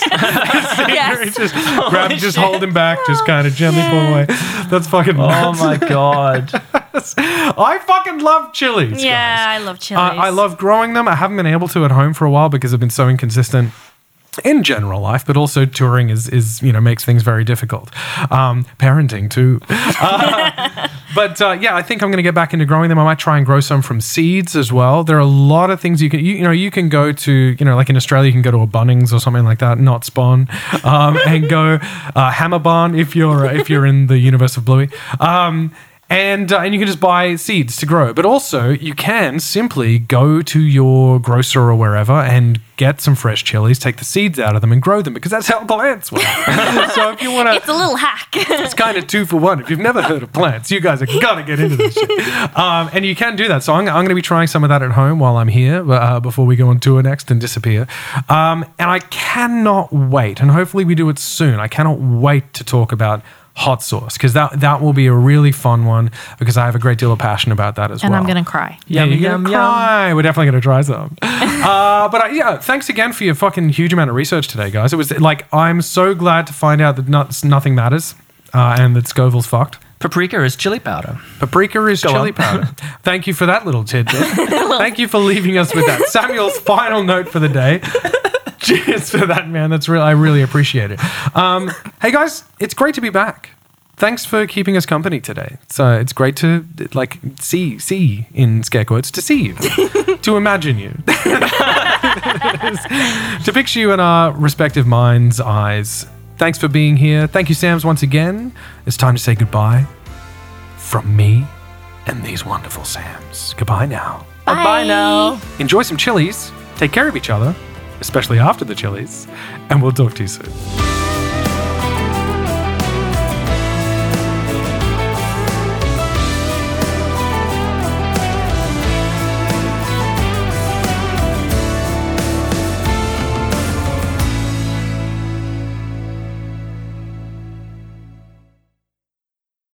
yes. It's just *laughs* grab, just hold him back, just kind of gently pull away. That's fucking. *laughs* Um, oh my god. *laughs* I fucking love chilies. guys. yeah, I love chilies. I, I love growing them. I haven't been able to at home for a while because I've been so inconsistent in general life, but also touring is, is you know makes things very difficult. Um, parenting too. Uh, but uh, yeah, I think I'm going to get back into growing them. I might try and grow some from seeds as well. There are a lot of things you can you, you know you can go to you know like in Australia you can go to a Bunnings or something like that, not Spawn, *laughs* um, and go uh, Hammer Barn if you're uh, if you're in the universe of Bluey. Um, and uh, and you can just buy seeds to grow. But also, you can simply go to your grocer or wherever and get some fresh chilies, take the seeds out of them, and grow them because that's how plants work. *laughs* so if you want to It's a little hack. it's kind of two for one. If you've never heard of plants, you guys are gonna get into this shit. Um, and you can do that. So I'm, I'm going to be trying some of that at home while I'm here uh, before we go on tour next and disappear. Um, and I cannot wait. And hopefully we do it soon. I cannot wait to talk about hot sauce because that that will be a really fun one because I have a great deal of passion about that as and well. I'm gonna cry. Yeah, Yum, you're yum, gonna yum. cry. We're definitely gonna try some. *laughs* uh, but I, yeah, thanks again for your fucking huge amount of research today, guys. It was like I'm so glad to find out that nuts, nothing matters uh, and that Scoville's fucked. Paprika is chili powder. Paprika is chili on. powder. Thank you for that little tidbit. Thank you for leaving us with that. Samuel's final note for the day. Cheers for that, man. That's real. I really appreciate it. Um, hey guys, it's great to be back. Thanks for keeping us company today. So it's great to like see see in scare quotes to see you, to imagine you, *laughs* to picture you in our respective minds' eyes. Thanks for being here. Thank you, Sam's, once again. It's time to say goodbye from me and these wonderful Sams. Goodbye now. Bye. now. Enjoy some chilies, take care of each other, especially after the chilies, and we'll talk to you soon.